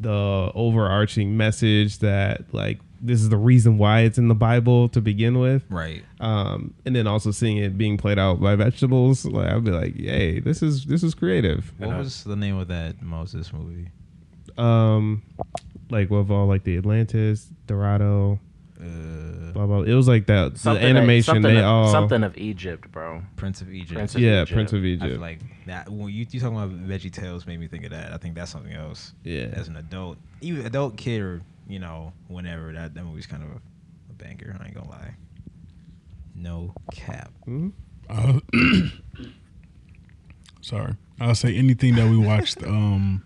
[SPEAKER 4] the overarching message that like this is the reason why it's in the Bible to begin with
[SPEAKER 2] Right.
[SPEAKER 4] um, and then also seeing it being played out by vegetables, like I'd be like, "Yay, this is this is creative."
[SPEAKER 2] What
[SPEAKER 3] And I-
[SPEAKER 2] was the name of that Moses movie?
[SPEAKER 4] Um, like with all like the Atlantis, Dorado,
[SPEAKER 2] Uh,
[SPEAKER 4] blah blah. It was like that
[SPEAKER 3] Something
[SPEAKER 4] the
[SPEAKER 3] that-
[SPEAKER 4] animation.
[SPEAKER 3] something
[SPEAKER 4] they
[SPEAKER 3] of,
[SPEAKER 4] all
[SPEAKER 3] something of Egypt, bro.
[SPEAKER 2] Prince of Egypt.
[SPEAKER 3] Prince of
[SPEAKER 4] yeah,
[SPEAKER 3] Egypt.
[SPEAKER 4] Prince of
[SPEAKER 2] I feel
[SPEAKER 4] Egypt.
[SPEAKER 2] like that when you you talking about Veggie Tales made me think of that. I think that's something else.
[SPEAKER 4] Yeah.
[SPEAKER 2] As an adult, even adult kid, or you know, whenever that that movie's kind of a, a banger. I ain't gonna lie. No cap.
[SPEAKER 4] Mhm.
[SPEAKER 1] Uh, (clears throat) sorry. I'll say anything that we watched, um,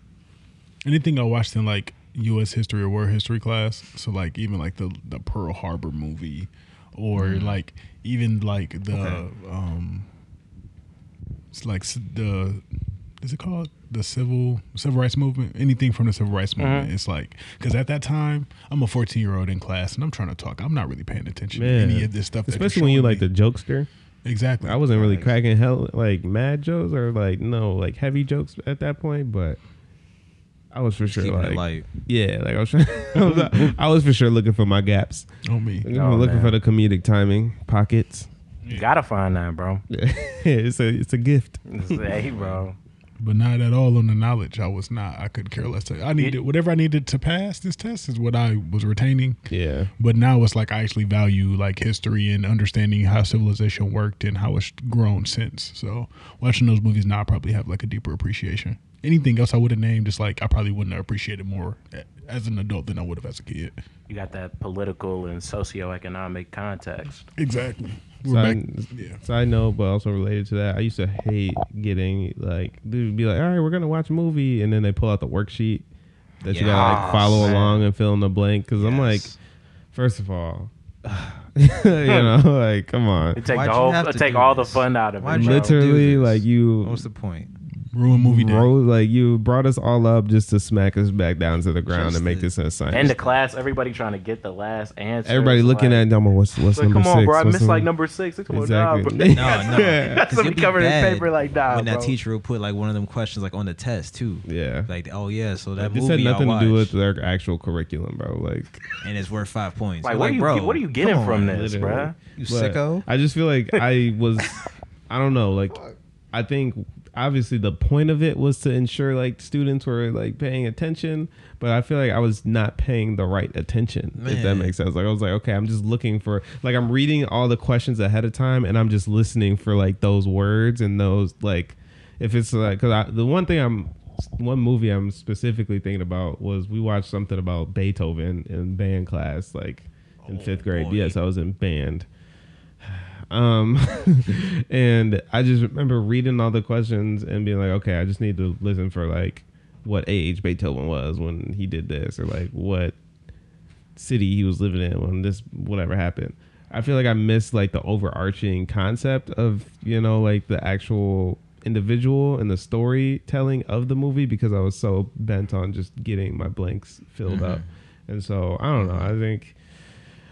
[SPEAKER 1] anything I watched in like U.S. history or world history class. So like even like the the Pearl Harbor movie, or
[SPEAKER 4] Mm-hmm.
[SPEAKER 1] like even like the
[SPEAKER 2] Okay.
[SPEAKER 1] um, it's like s- the is it called the civil civil rights movement? Anything from the civil rights
[SPEAKER 4] Mm-hmm.
[SPEAKER 1] movement? It's like because at that time I'm a 14 year old in class and I'm trying to talk. I'm not really paying attention
[SPEAKER 4] Man.
[SPEAKER 1] to any of this stuff. that you're
[SPEAKER 4] Especially when you
[SPEAKER 1] showing
[SPEAKER 4] like
[SPEAKER 1] me.
[SPEAKER 4] the jokester.
[SPEAKER 1] exactly.
[SPEAKER 4] I wasn't really
[SPEAKER 2] Nice.
[SPEAKER 4] cracking hell like mad jokes or like no like heavy jokes at that point, but I was for sure
[SPEAKER 2] Keeping
[SPEAKER 4] like
[SPEAKER 2] it light.
[SPEAKER 4] yeah, like I was, (laughs) I was I was for sure looking for my gaps.
[SPEAKER 1] on me.
[SPEAKER 4] I'm
[SPEAKER 3] Oh,
[SPEAKER 4] looking
[SPEAKER 3] man.
[SPEAKER 4] for the comedic timing pockets.
[SPEAKER 3] You gotta find
[SPEAKER 2] (laughs)
[SPEAKER 3] that, bro.
[SPEAKER 4] Yeah, it's a it's a gift.
[SPEAKER 3] hey, bro.
[SPEAKER 1] but not at all on the knowledge. I was not. I could care less. I needed whatever I needed to pass this test is what I was retaining.
[SPEAKER 4] Yeah,
[SPEAKER 1] But now it's like I actually value like history and understanding how civilization worked and how it's grown since. So watching those movies now, I probably have like a deeper appreciation. Anything else I would have named, just like I probably wouldn't have appreciated more a- as an adult than I would have as a kid.
[SPEAKER 3] You got that political and socioeconomic context.
[SPEAKER 1] Exactly. We're
[SPEAKER 4] So I-
[SPEAKER 1] back. Yeah.
[SPEAKER 4] side note, but also related to that, I used to hate getting like they'd be like, "All right, we're gonna watch a movie," and then they pull out the worksheet that you gotta like
[SPEAKER 2] Yes.
[SPEAKER 4] follow along and fill in the blank. Because I'm like,
[SPEAKER 2] Yes.
[SPEAKER 4] first
[SPEAKER 3] (sighs)
[SPEAKER 4] of all, (laughs) you know, like come on,
[SPEAKER 3] It take
[SPEAKER 2] Why'd
[SPEAKER 3] the
[SPEAKER 2] you
[SPEAKER 3] whole,
[SPEAKER 2] have
[SPEAKER 3] it
[SPEAKER 2] to
[SPEAKER 3] take
[SPEAKER 2] do
[SPEAKER 3] all
[SPEAKER 2] this?
[SPEAKER 3] the fun out of
[SPEAKER 2] Why'd
[SPEAKER 3] it.
[SPEAKER 2] you
[SPEAKER 3] Bro.
[SPEAKER 2] have to-
[SPEAKER 4] literally
[SPEAKER 2] do this.
[SPEAKER 4] like you.
[SPEAKER 2] What's the
[SPEAKER 3] (laughs)
[SPEAKER 2] point?
[SPEAKER 1] Ruin movie day.
[SPEAKER 4] Bro, like you brought us all up just to smack us back down to the ground
[SPEAKER 2] Just
[SPEAKER 4] and make
[SPEAKER 2] the-
[SPEAKER 4] this an assignment.
[SPEAKER 3] and the class, everybody trying to get the last answer.
[SPEAKER 4] Everybody
[SPEAKER 3] It's
[SPEAKER 4] looking
[SPEAKER 3] like,
[SPEAKER 4] at number what's what's
[SPEAKER 3] It's like,
[SPEAKER 4] number
[SPEAKER 3] come on,
[SPEAKER 4] six.
[SPEAKER 3] bro. I
[SPEAKER 4] What's
[SPEAKER 3] missed like number six. Like, Come on, nah,
[SPEAKER 2] (laughs)
[SPEAKER 4] Exactly. (laughs)
[SPEAKER 3] bro.
[SPEAKER 2] No,
[SPEAKER 3] (laughs)
[SPEAKER 2] no.
[SPEAKER 4] Yeah.
[SPEAKER 2] 'Cause
[SPEAKER 3] Somebody
[SPEAKER 2] it'd be
[SPEAKER 3] covering his
[SPEAKER 2] bad
[SPEAKER 3] paper like, nah,
[SPEAKER 2] When that
[SPEAKER 3] bro.
[SPEAKER 2] teacher will put like one of them questions like on the test too.
[SPEAKER 4] Yeah.
[SPEAKER 2] Like oh yeah, so that
[SPEAKER 4] this had
[SPEAKER 2] movie
[SPEAKER 4] nothing
[SPEAKER 2] I
[SPEAKER 4] to do
[SPEAKER 2] watched,
[SPEAKER 4] with their actual curriculum, bro. Like,
[SPEAKER 2] and it's worth five points.
[SPEAKER 3] Like,
[SPEAKER 2] You're
[SPEAKER 3] what are you?
[SPEAKER 2] bro,
[SPEAKER 3] what are you getting
[SPEAKER 2] come
[SPEAKER 3] from
[SPEAKER 2] on,
[SPEAKER 3] this,
[SPEAKER 4] literally.
[SPEAKER 3] bro?
[SPEAKER 2] You
[SPEAKER 4] but
[SPEAKER 2] sicko.
[SPEAKER 4] I just feel like I
[SPEAKER 2] (laughs)
[SPEAKER 4] was, I don't know, like, I think obviously the point of it was to ensure like students were like paying attention, but I feel like I was not paying the right attention. If that
[SPEAKER 2] Man.
[SPEAKER 4] makes sense, like I was like, okay, I'm just looking for like I'm reading all the questions ahead of time, and I'm just listening for like those words and those like if it's like because the one thing I'm one movie I'm specifically thinking about was we watched something about Beethoven in band class like in
[SPEAKER 2] Oh,
[SPEAKER 4] fifth grade.
[SPEAKER 2] boy.
[SPEAKER 4] Yes, I was in band. Um, (laughs) and I just remember reading all the questions and being like, okay, I just need to listen for like what age Beethoven was when he did this, or like what city he was living in when this whatever happened. I feel like I missed like the overarching concept of you know like the actual individual and the storytelling of the movie because I was so bent on just getting my blanks filled up,
[SPEAKER 2] Mm-hmm.
[SPEAKER 4] and so I don't know. I think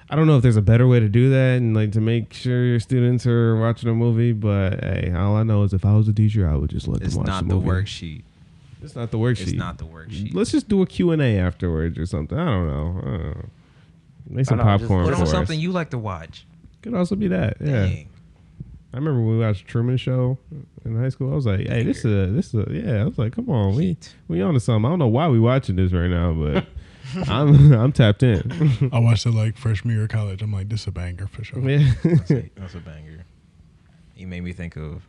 [SPEAKER 4] I don't know if there's a better way to do that and like to make sure your students are watching a movie, but hey, all I know is if I was a teacher, I would just let
[SPEAKER 2] It's
[SPEAKER 4] them watch
[SPEAKER 2] not
[SPEAKER 4] the
[SPEAKER 2] the
[SPEAKER 4] movie.
[SPEAKER 2] worksheet.
[SPEAKER 4] It's not the worksheet.
[SPEAKER 2] It's not the worksheet.
[SPEAKER 4] Let's just do a Q&A afterwards or something. I don't know. I don't know. Make some
[SPEAKER 3] I know, just
[SPEAKER 4] popcorn
[SPEAKER 2] Put
[SPEAKER 4] for
[SPEAKER 2] on
[SPEAKER 4] us.
[SPEAKER 2] something you like to watch.
[SPEAKER 4] Could also be that. Yeah.
[SPEAKER 2] Dang.
[SPEAKER 4] I remember when we watched Truman Show in high school. I was like, "Hey, this is a, this is a, yeah." I was like, "Come on, we we on to something." I don't know why we watching this right now,
[SPEAKER 3] (laughs)
[SPEAKER 4] but I'm I'm tapped in. (laughs)
[SPEAKER 1] I watched it like freshman year of college. I'm like, this is a banger for sure.
[SPEAKER 3] (laughs)
[SPEAKER 4] yeah,
[SPEAKER 2] That's
[SPEAKER 4] (laughs)
[SPEAKER 2] a, that's a banger. You made me think of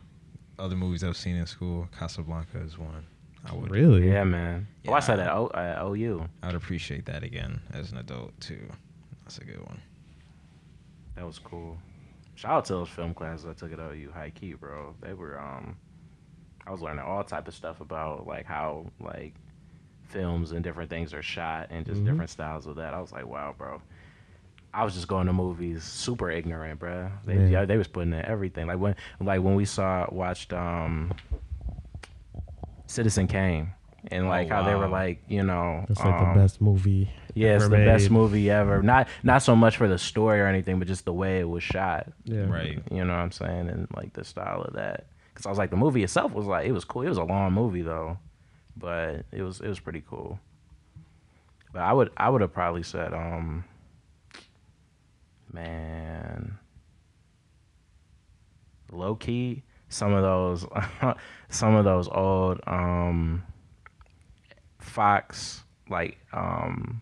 [SPEAKER 2] other movies I've seen in school. Casablanca is one. I would
[SPEAKER 4] really.
[SPEAKER 3] Yeah, man.
[SPEAKER 2] Yeah.
[SPEAKER 3] Oh, I saw that. O, uh, OU.
[SPEAKER 2] I'd appreciate that again as an adult too. That's a good one.
[SPEAKER 3] That was cool. Shout out to those film classes I took at OU high key, bro. They were um I was learning all type of stuff about like how like films and different things are shot and just
[SPEAKER 4] Mhm.
[SPEAKER 3] different styles of that. I was like, wow, bro. I was just going to movies super ignorant, bro. They
[SPEAKER 4] Yeah.
[SPEAKER 3] yeah. they was putting in everything. Like when like when we saw watched um Citizen Kane and
[SPEAKER 2] Oh,
[SPEAKER 3] like how they were
[SPEAKER 2] wow.
[SPEAKER 3] like, you know,
[SPEAKER 4] That's like
[SPEAKER 3] um,
[SPEAKER 4] the best movie.
[SPEAKER 3] Yeah, it's the
[SPEAKER 4] ever
[SPEAKER 3] best
[SPEAKER 4] made.
[SPEAKER 3] movie ever. Not not so much for the story or anything, but just the way it was shot.
[SPEAKER 4] Yeah,
[SPEAKER 2] Right.
[SPEAKER 3] You know what I'm saying? And like the style of that. Cause I was like, the movie itself was like, it was cool. It was a long movie though, but it was it was pretty cool. But I would I would have probably said, um, man, low key. Some of those, (laughs) some of those old um, Fox like um,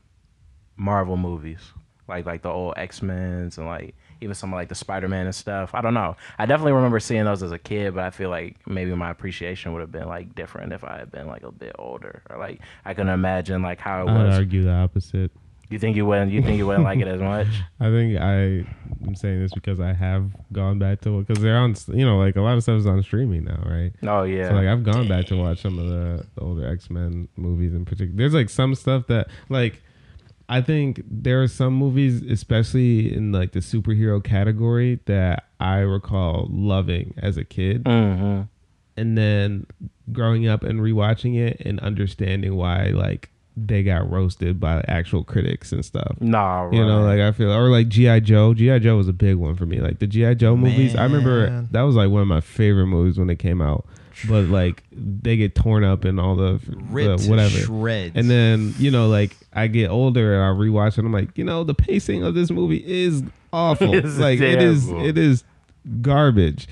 [SPEAKER 3] Marvel movies, like like the old X Men's and like even some of like the Spider Man and stuff. I don't know. I definitely remember seeing those as a kid, but I feel like maybe my appreciation would have been like different if I had been like a bit older, or like I can imagine like how it
[SPEAKER 4] I'd
[SPEAKER 3] was.
[SPEAKER 4] argue the opposite.
[SPEAKER 3] You think you wouldn't? You think you wouldn't like it as
[SPEAKER 4] (laughs)
[SPEAKER 3] much?
[SPEAKER 4] I think I am saying this because I have gone back to because they're on you know like a lot of stuff is on streaming now, right?
[SPEAKER 3] Oh yeah.
[SPEAKER 4] So like I've gone back to watch some of the, the older X Men movies in particular. There's like some stuff that like I think there are some movies, especially in like the superhero category, that I recall loving as a kid,
[SPEAKER 3] mm-hmm.
[SPEAKER 4] and then growing up and rewatching it and understanding why like they got roasted by actual critics and stuff.
[SPEAKER 3] Nah. Right.
[SPEAKER 4] You know, like I feel, or like GI Joe. GI Joe was a big one for me. Like the GI Joe movies, I remember
[SPEAKER 2] Man.
[SPEAKER 4] that was like one of my favorite movies when it came out. But like they get torn up and all the,
[SPEAKER 2] Ripped
[SPEAKER 4] the whatever.
[SPEAKER 2] shreds.
[SPEAKER 4] And then you know, like I get older and I rewatch it. and I'm like, you know, the pacing of this movie is awful.
[SPEAKER 3] It's
[SPEAKER 4] like it is,
[SPEAKER 3] terrible.
[SPEAKER 4] it is garbage.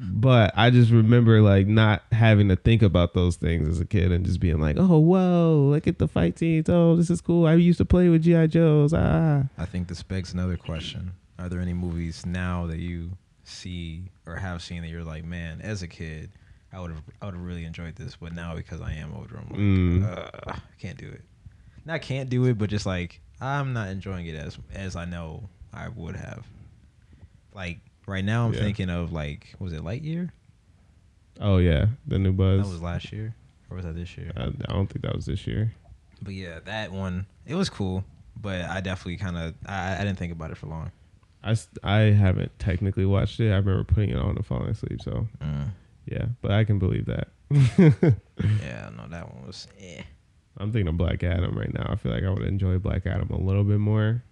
[SPEAKER 4] But I just remember like not having to think about those things as a kid and just being like, oh whoa, look at the fight scenes. Oh, this is cool. I used to play with GI Joes. Ah,
[SPEAKER 2] I think this begs another question. Are there any movies now that you see or have seen that you're like, man, as a kid, I would have I would have really enjoyed this, but now because I am older, I'm like,
[SPEAKER 4] Mm.
[SPEAKER 2] uh, I can't do it. Not can't do it, but just like I'm not enjoying it as as I know I would have. Like right now, I'm
[SPEAKER 4] Yeah.
[SPEAKER 2] thinking of like, was it Lightyear?
[SPEAKER 4] oh yeah, the new
[SPEAKER 2] That
[SPEAKER 4] Buzz.
[SPEAKER 2] was last year, or was that this year?
[SPEAKER 4] I, I don't think that was this year.
[SPEAKER 2] But yeah, that one it was cool, but I definitely kind of I, I didn't think about it for long.
[SPEAKER 4] I s- I haven't technically watched it. I remember putting it on and falling asleep. So
[SPEAKER 2] Mm.
[SPEAKER 4] yeah, but I can believe that. (laughs)
[SPEAKER 2] Yeah, no, that one was. Eh.
[SPEAKER 4] I'm thinking of Black Adam right now. I feel like I would enjoy Black Adam a little bit more.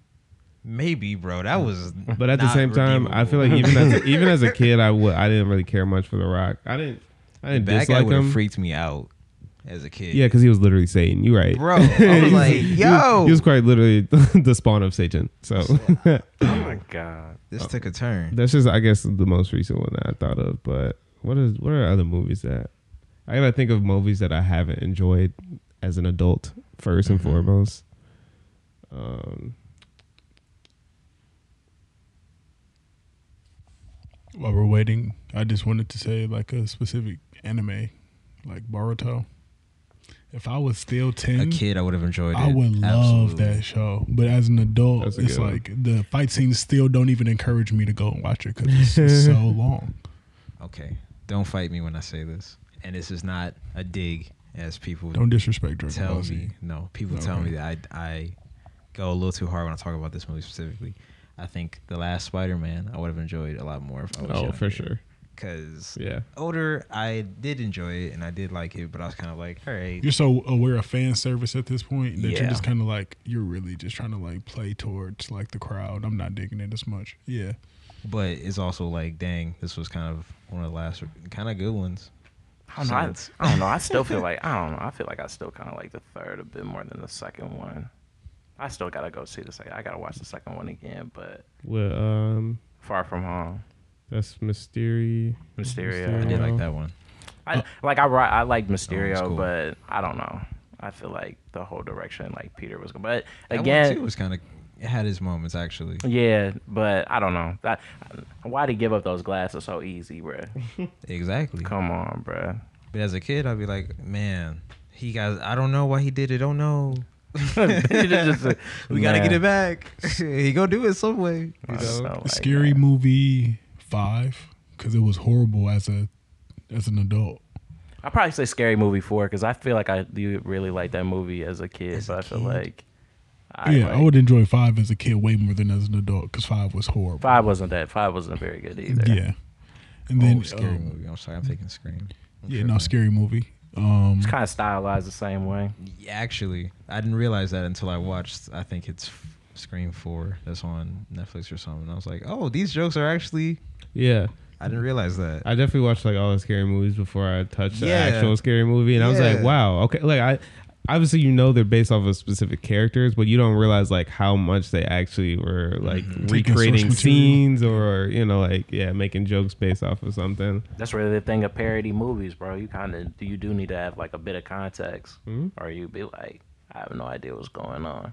[SPEAKER 2] Maybe, bro. That was.
[SPEAKER 4] But at the same time, I feel like even as a, even as a kid, I would I didn't really care much for The Rock. I didn't I didn't
[SPEAKER 2] that guy
[SPEAKER 4] dislike
[SPEAKER 2] would have
[SPEAKER 4] him.
[SPEAKER 2] freaked me out as a kid.
[SPEAKER 4] yeah, because he was literally Satan. You're right, (laughs)
[SPEAKER 2] Bro, I was
[SPEAKER 4] He's-
[SPEAKER 2] like,
[SPEAKER 4] he
[SPEAKER 2] yo.
[SPEAKER 4] he was quite literally (laughs) the spawn of Satan. So
[SPEAKER 3] oh my god.
[SPEAKER 2] this took a turn.
[SPEAKER 4] That's just, I guess, the most recent one that I thought of. But what is what are other movies that I gotta think of movies that I haven't enjoyed as an adult 1st and
[SPEAKER 2] Mhm.
[SPEAKER 4] foremost. Um,
[SPEAKER 1] While we're waiting, I just wanted to say like a specific anime, like Boruto. If I was still
[SPEAKER 2] A
[SPEAKER 4] Mm-hmm.
[SPEAKER 1] ten,
[SPEAKER 2] kid, I would have enjoyed it.
[SPEAKER 1] I would love
[SPEAKER 2] Absolutely.
[SPEAKER 1] that show. But as an adult,
[SPEAKER 4] That's a
[SPEAKER 1] it's
[SPEAKER 4] good one.
[SPEAKER 1] like the fight scenes still don't even encourage me to go and watch it because it's just so
[SPEAKER 2] (laughs)
[SPEAKER 1] long.
[SPEAKER 2] Okay, don't fight me when I say this, and this is not a dig, as people
[SPEAKER 1] Don't disrespect Dragon
[SPEAKER 2] tell
[SPEAKER 1] Ball
[SPEAKER 2] me.
[SPEAKER 1] Z.
[SPEAKER 2] No, people tell
[SPEAKER 1] Okay.
[SPEAKER 2] me that I I go a little too hard when I talk about this movie specifically. I think the last Spider-Man I would have enjoyed a lot more if I was
[SPEAKER 4] oh, for sure,
[SPEAKER 2] Because
[SPEAKER 4] yeah.
[SPEAKER 2] older, I did enjoy it and I did like it, but I was kind of like, all right,
[SPEAKER 1] You're so aware of fan service at this point that
[SPEAKER 2] Yeah.
[SPEAKER 1] you're just kind of like you're really just trying to like play towards like the crowd. I'm not digging it as much. Yeah,
[SPEAKER 2] but it's also like, dang, this was kind of one of the last kind of good ones.
[SPEAKER 3] I don't know. I,
[SPEAKER 2] Silence.
[SPEAKER 3] (laughs) I don't know. I
[SPEAKER 2] (laughs)
[SPEAKER 3] still feel like I don't know. I feel like I still kind of like the third a bit more than the second one. I still gotta go see the second. I gotta watch the second one again, but
[SPEAKER 4] Well, um,
[SPEAKER 3] Far From Home.
[SPEAKER 4] That's Mysterio.
[SPEAKER 3] Mysterio.
[SPEAKER 2] I did
[SPEAKER 4] Mysterio.
[SPEAKER 2] like that one.
[SPEAKER 3] I, like I, ri- I like Mysterio,
[SPEAKER 2] Oh. cool.
[SPEAKER 3] but I don't know. I feel like the whole direction like Peter was going, but
[SPEAKER 2] That
[SPEAKER 3] again,
[SPEAKER 2] one too was kind of it had his moments actually.
[SPEAKER 3] yeah, but I don't know. That why they give up those glasses so
[SPEAKER 2] (laughs)
[SPEAKER 3] easy, bruh?
[SPEAKER 2] Exactly.
[SPEAKER 3] Come on,
[SPEAKER 2] (laughs)
[SPEAKER 3] bruh. (laughs)
[SPEAKER 2] But as a kid, I'd be like, man, he got. I don't know why he did it. Oh, Don't know.
[SPEAKER 3] It's just-
[SPEAKER 2] we gotta get
[SPEAKER 3] man.
[SPEAKER 2] it back. (laughs) he gonna do it some way. You
[SPEAKER 3] I
[SPEAKER 2] know?
[SPEAKER 3] just felt like
[SPEAKER 1] Scary
[SPEAKER 3] that.
[SPEAKER 1] movie five because it was horrible as a as an adult.
[SPEAKER 3] I probably say scary movie four because I feel like I do really like that movie as a kid,
[SPEAKER 2] As a
[SPEAKER 3] but I feel
[SPEAKER 2] kid?
[SPEAKER 3] like I,
[SPEAKER 1] yeah, I
[SPEAKER 3] like-
[SPEAKER 1] would enjoy five as a kid way more than as an adult because five was horrible.
[SPEAKER 3] five wasn't that five wasn't very good either.
[SPEAKER 1] Yeah, and then
[SPEAKER 2] oh, scary
[SPEAKER 1] um,
[SPEAKER 2] movie. I'm sorry, I'm thinking Scream. I'm
[SPEAKER 1] Yeah,
[SPEAKER 2] tripping.
[SPEAKER 1] no, scary movie. Um,
[SPEAKER 3] It's kind of stylized the same way.
[SPEAKER 2] Yeah, Actually, I didn't realize that until I watched. I think it's f- Scream Four that's on Netflix or something. I was like, oh, these jokes are actually.
[SPEAKER 4] Yeah,
[SPEAKER 2] I didn't realize that.
[SPEAKER 4] I definitely watched like all the scary movies before I touched the
[SPEAKER 2] Yeah.
[SPEAKER 4] actual scary movie, and I was like,
[SPEAKER 2] Yeah.
[SPEAKER 4] wow, okay, like I. Obviously, you know they're based off of specific characters, but you don't realize like how much they actually were like
[SPEAKER 1] Taking source
[SPEAKER 4] recreating
[SPEAKER 1] material.
[SPEAKER 4] scenes or you know like yeah making jokes based off of something.
[SPEAKER 3] That's really the thing of parody movies, bro. You kind of you do need to have like a bit of context,
[SPEAKER 4] Mhm.
[SPEAKER 3] or you be like, I have no idea what's going on.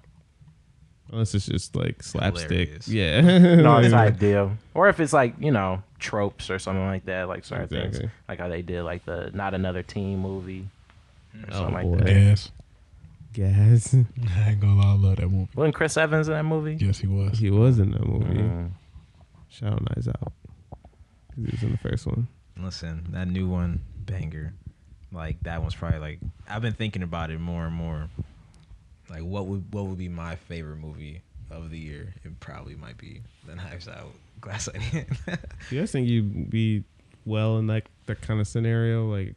[SPEAKER 4] Unless it's just like slapstick,
[SPEAKER 2] Hilarious.
[SPEAKER 4] yeah,
[SPEAKER 3] No
[SPEAKER 4] (laughs)
[SPEAKER 3] type deal, or if it's like you know tropes or something like that, like certain
[SPEAKER 4] Exactly.
[SPEAKER 3] things, like how they did like the Not Another Teen movie, or
[SPEAKER 4] Oh,
[SPEAKER 3] something
[SPEAKER 4] boy.
[SPEAKER 3] like that.
[SPEAKER 1] Yes, (laughs)
[SPEAKER 4] Guys,
[SPEAKER 1] I ain't gonna lie, I love that movie.
[SPEAKER 3] Wasn't Chris Evans in that movie?
[SPEAKER 1] Yes, he was.
[SPEAKER 4] he was in that movie.
[SPEAKER 3] Mm.
[SPEAKER 4] Shout out Knives Out. 'Cause He was in the first one.
[SPEAKER 2] Listen, that new one, banger. Like that one's probably like I've been thinking about it more and more. Like what would what would be my favorite movie of the year? It probably might be The Knives Out, Glass Onion. (laughs)
[SPEAKER 4] Do you guys think you'd be well in like that kind of scenario? Like,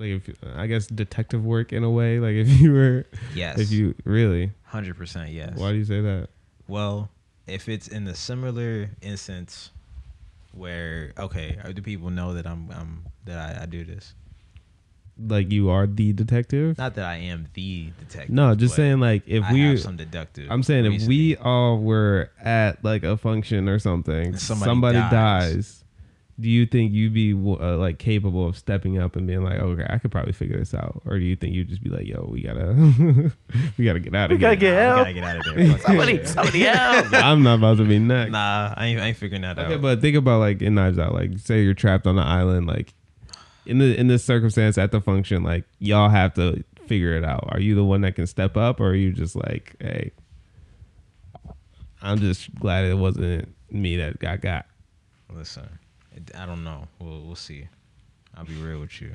[SPEAKER 4] like if I guess detective work in a way. Like if you were,
[SPEAKER 2] yes,
[SPEAKER 4] if you really,
[SPEAKER 2] hundred percent yes.
[SPEAKER 4] why do you say that?
[SPEAKER 2] Well, if it's in the similar instance where okay, uh, do people know that I'm I'm that I, I do this?
[SPEAKER 4] Like you are the detective.
[SPEAKER 2] Not that I am the detective.
[SPEAKER 4] No, just
[SPEAKER 2] but
[SPEAKER 4] saying like if
[SPEAKER 2] I
[SPEAKER 4] we.
[SPEAKER 2] have some deductive.
[SPEAKER 4] I'm saying if we
[SPEAKER 2] reasoning.
[SPEAKER 4] all were at like a function or something,
[SPEAKER 2] And
[SPEAKER 4] somebody,
[SPEAKER 2] somebody
[SPEAKER 4] dies.
[SPEAKER 2] dies.
[SPEAKER 4] Do you think you'd be uh, like capable of stepping up and being like, okay, I could probably figure this out, or do you think you'd just be like, yo, we gotta, (laughs) we gotta get out of
[SPEAKER 3] We
[SPEAKER 4] here?
[SPEAKER 3] gotta get
[SPEAKER 2] Nah, we
[SPEAKER 3] help.
[SPEAKER 2] gotta get out of
[SPEAKER 4] (laughs)
[SPEAKER 2] there.
[SPEAKER 3] Somebody, somebody else.
[SPEAKER 4] I'm not about to be next.
[SPEAKER 2] Nah, I ain't, I ain't figuring that
[SPEAKER 4] Okay,
[SPEAKER 2] out.
[SPEAKER 4] but think about like in Knives Out, like say you're trapped on an island, like in the in this circumstance at the function, like y'all have to figure it out. Are you the one that can step up, or are you just like, hey, I'm just glad it wasn't me that got got.
[SPEAKER 2] Listen, it- I don't know. We'll we'll see. I'll be real with you.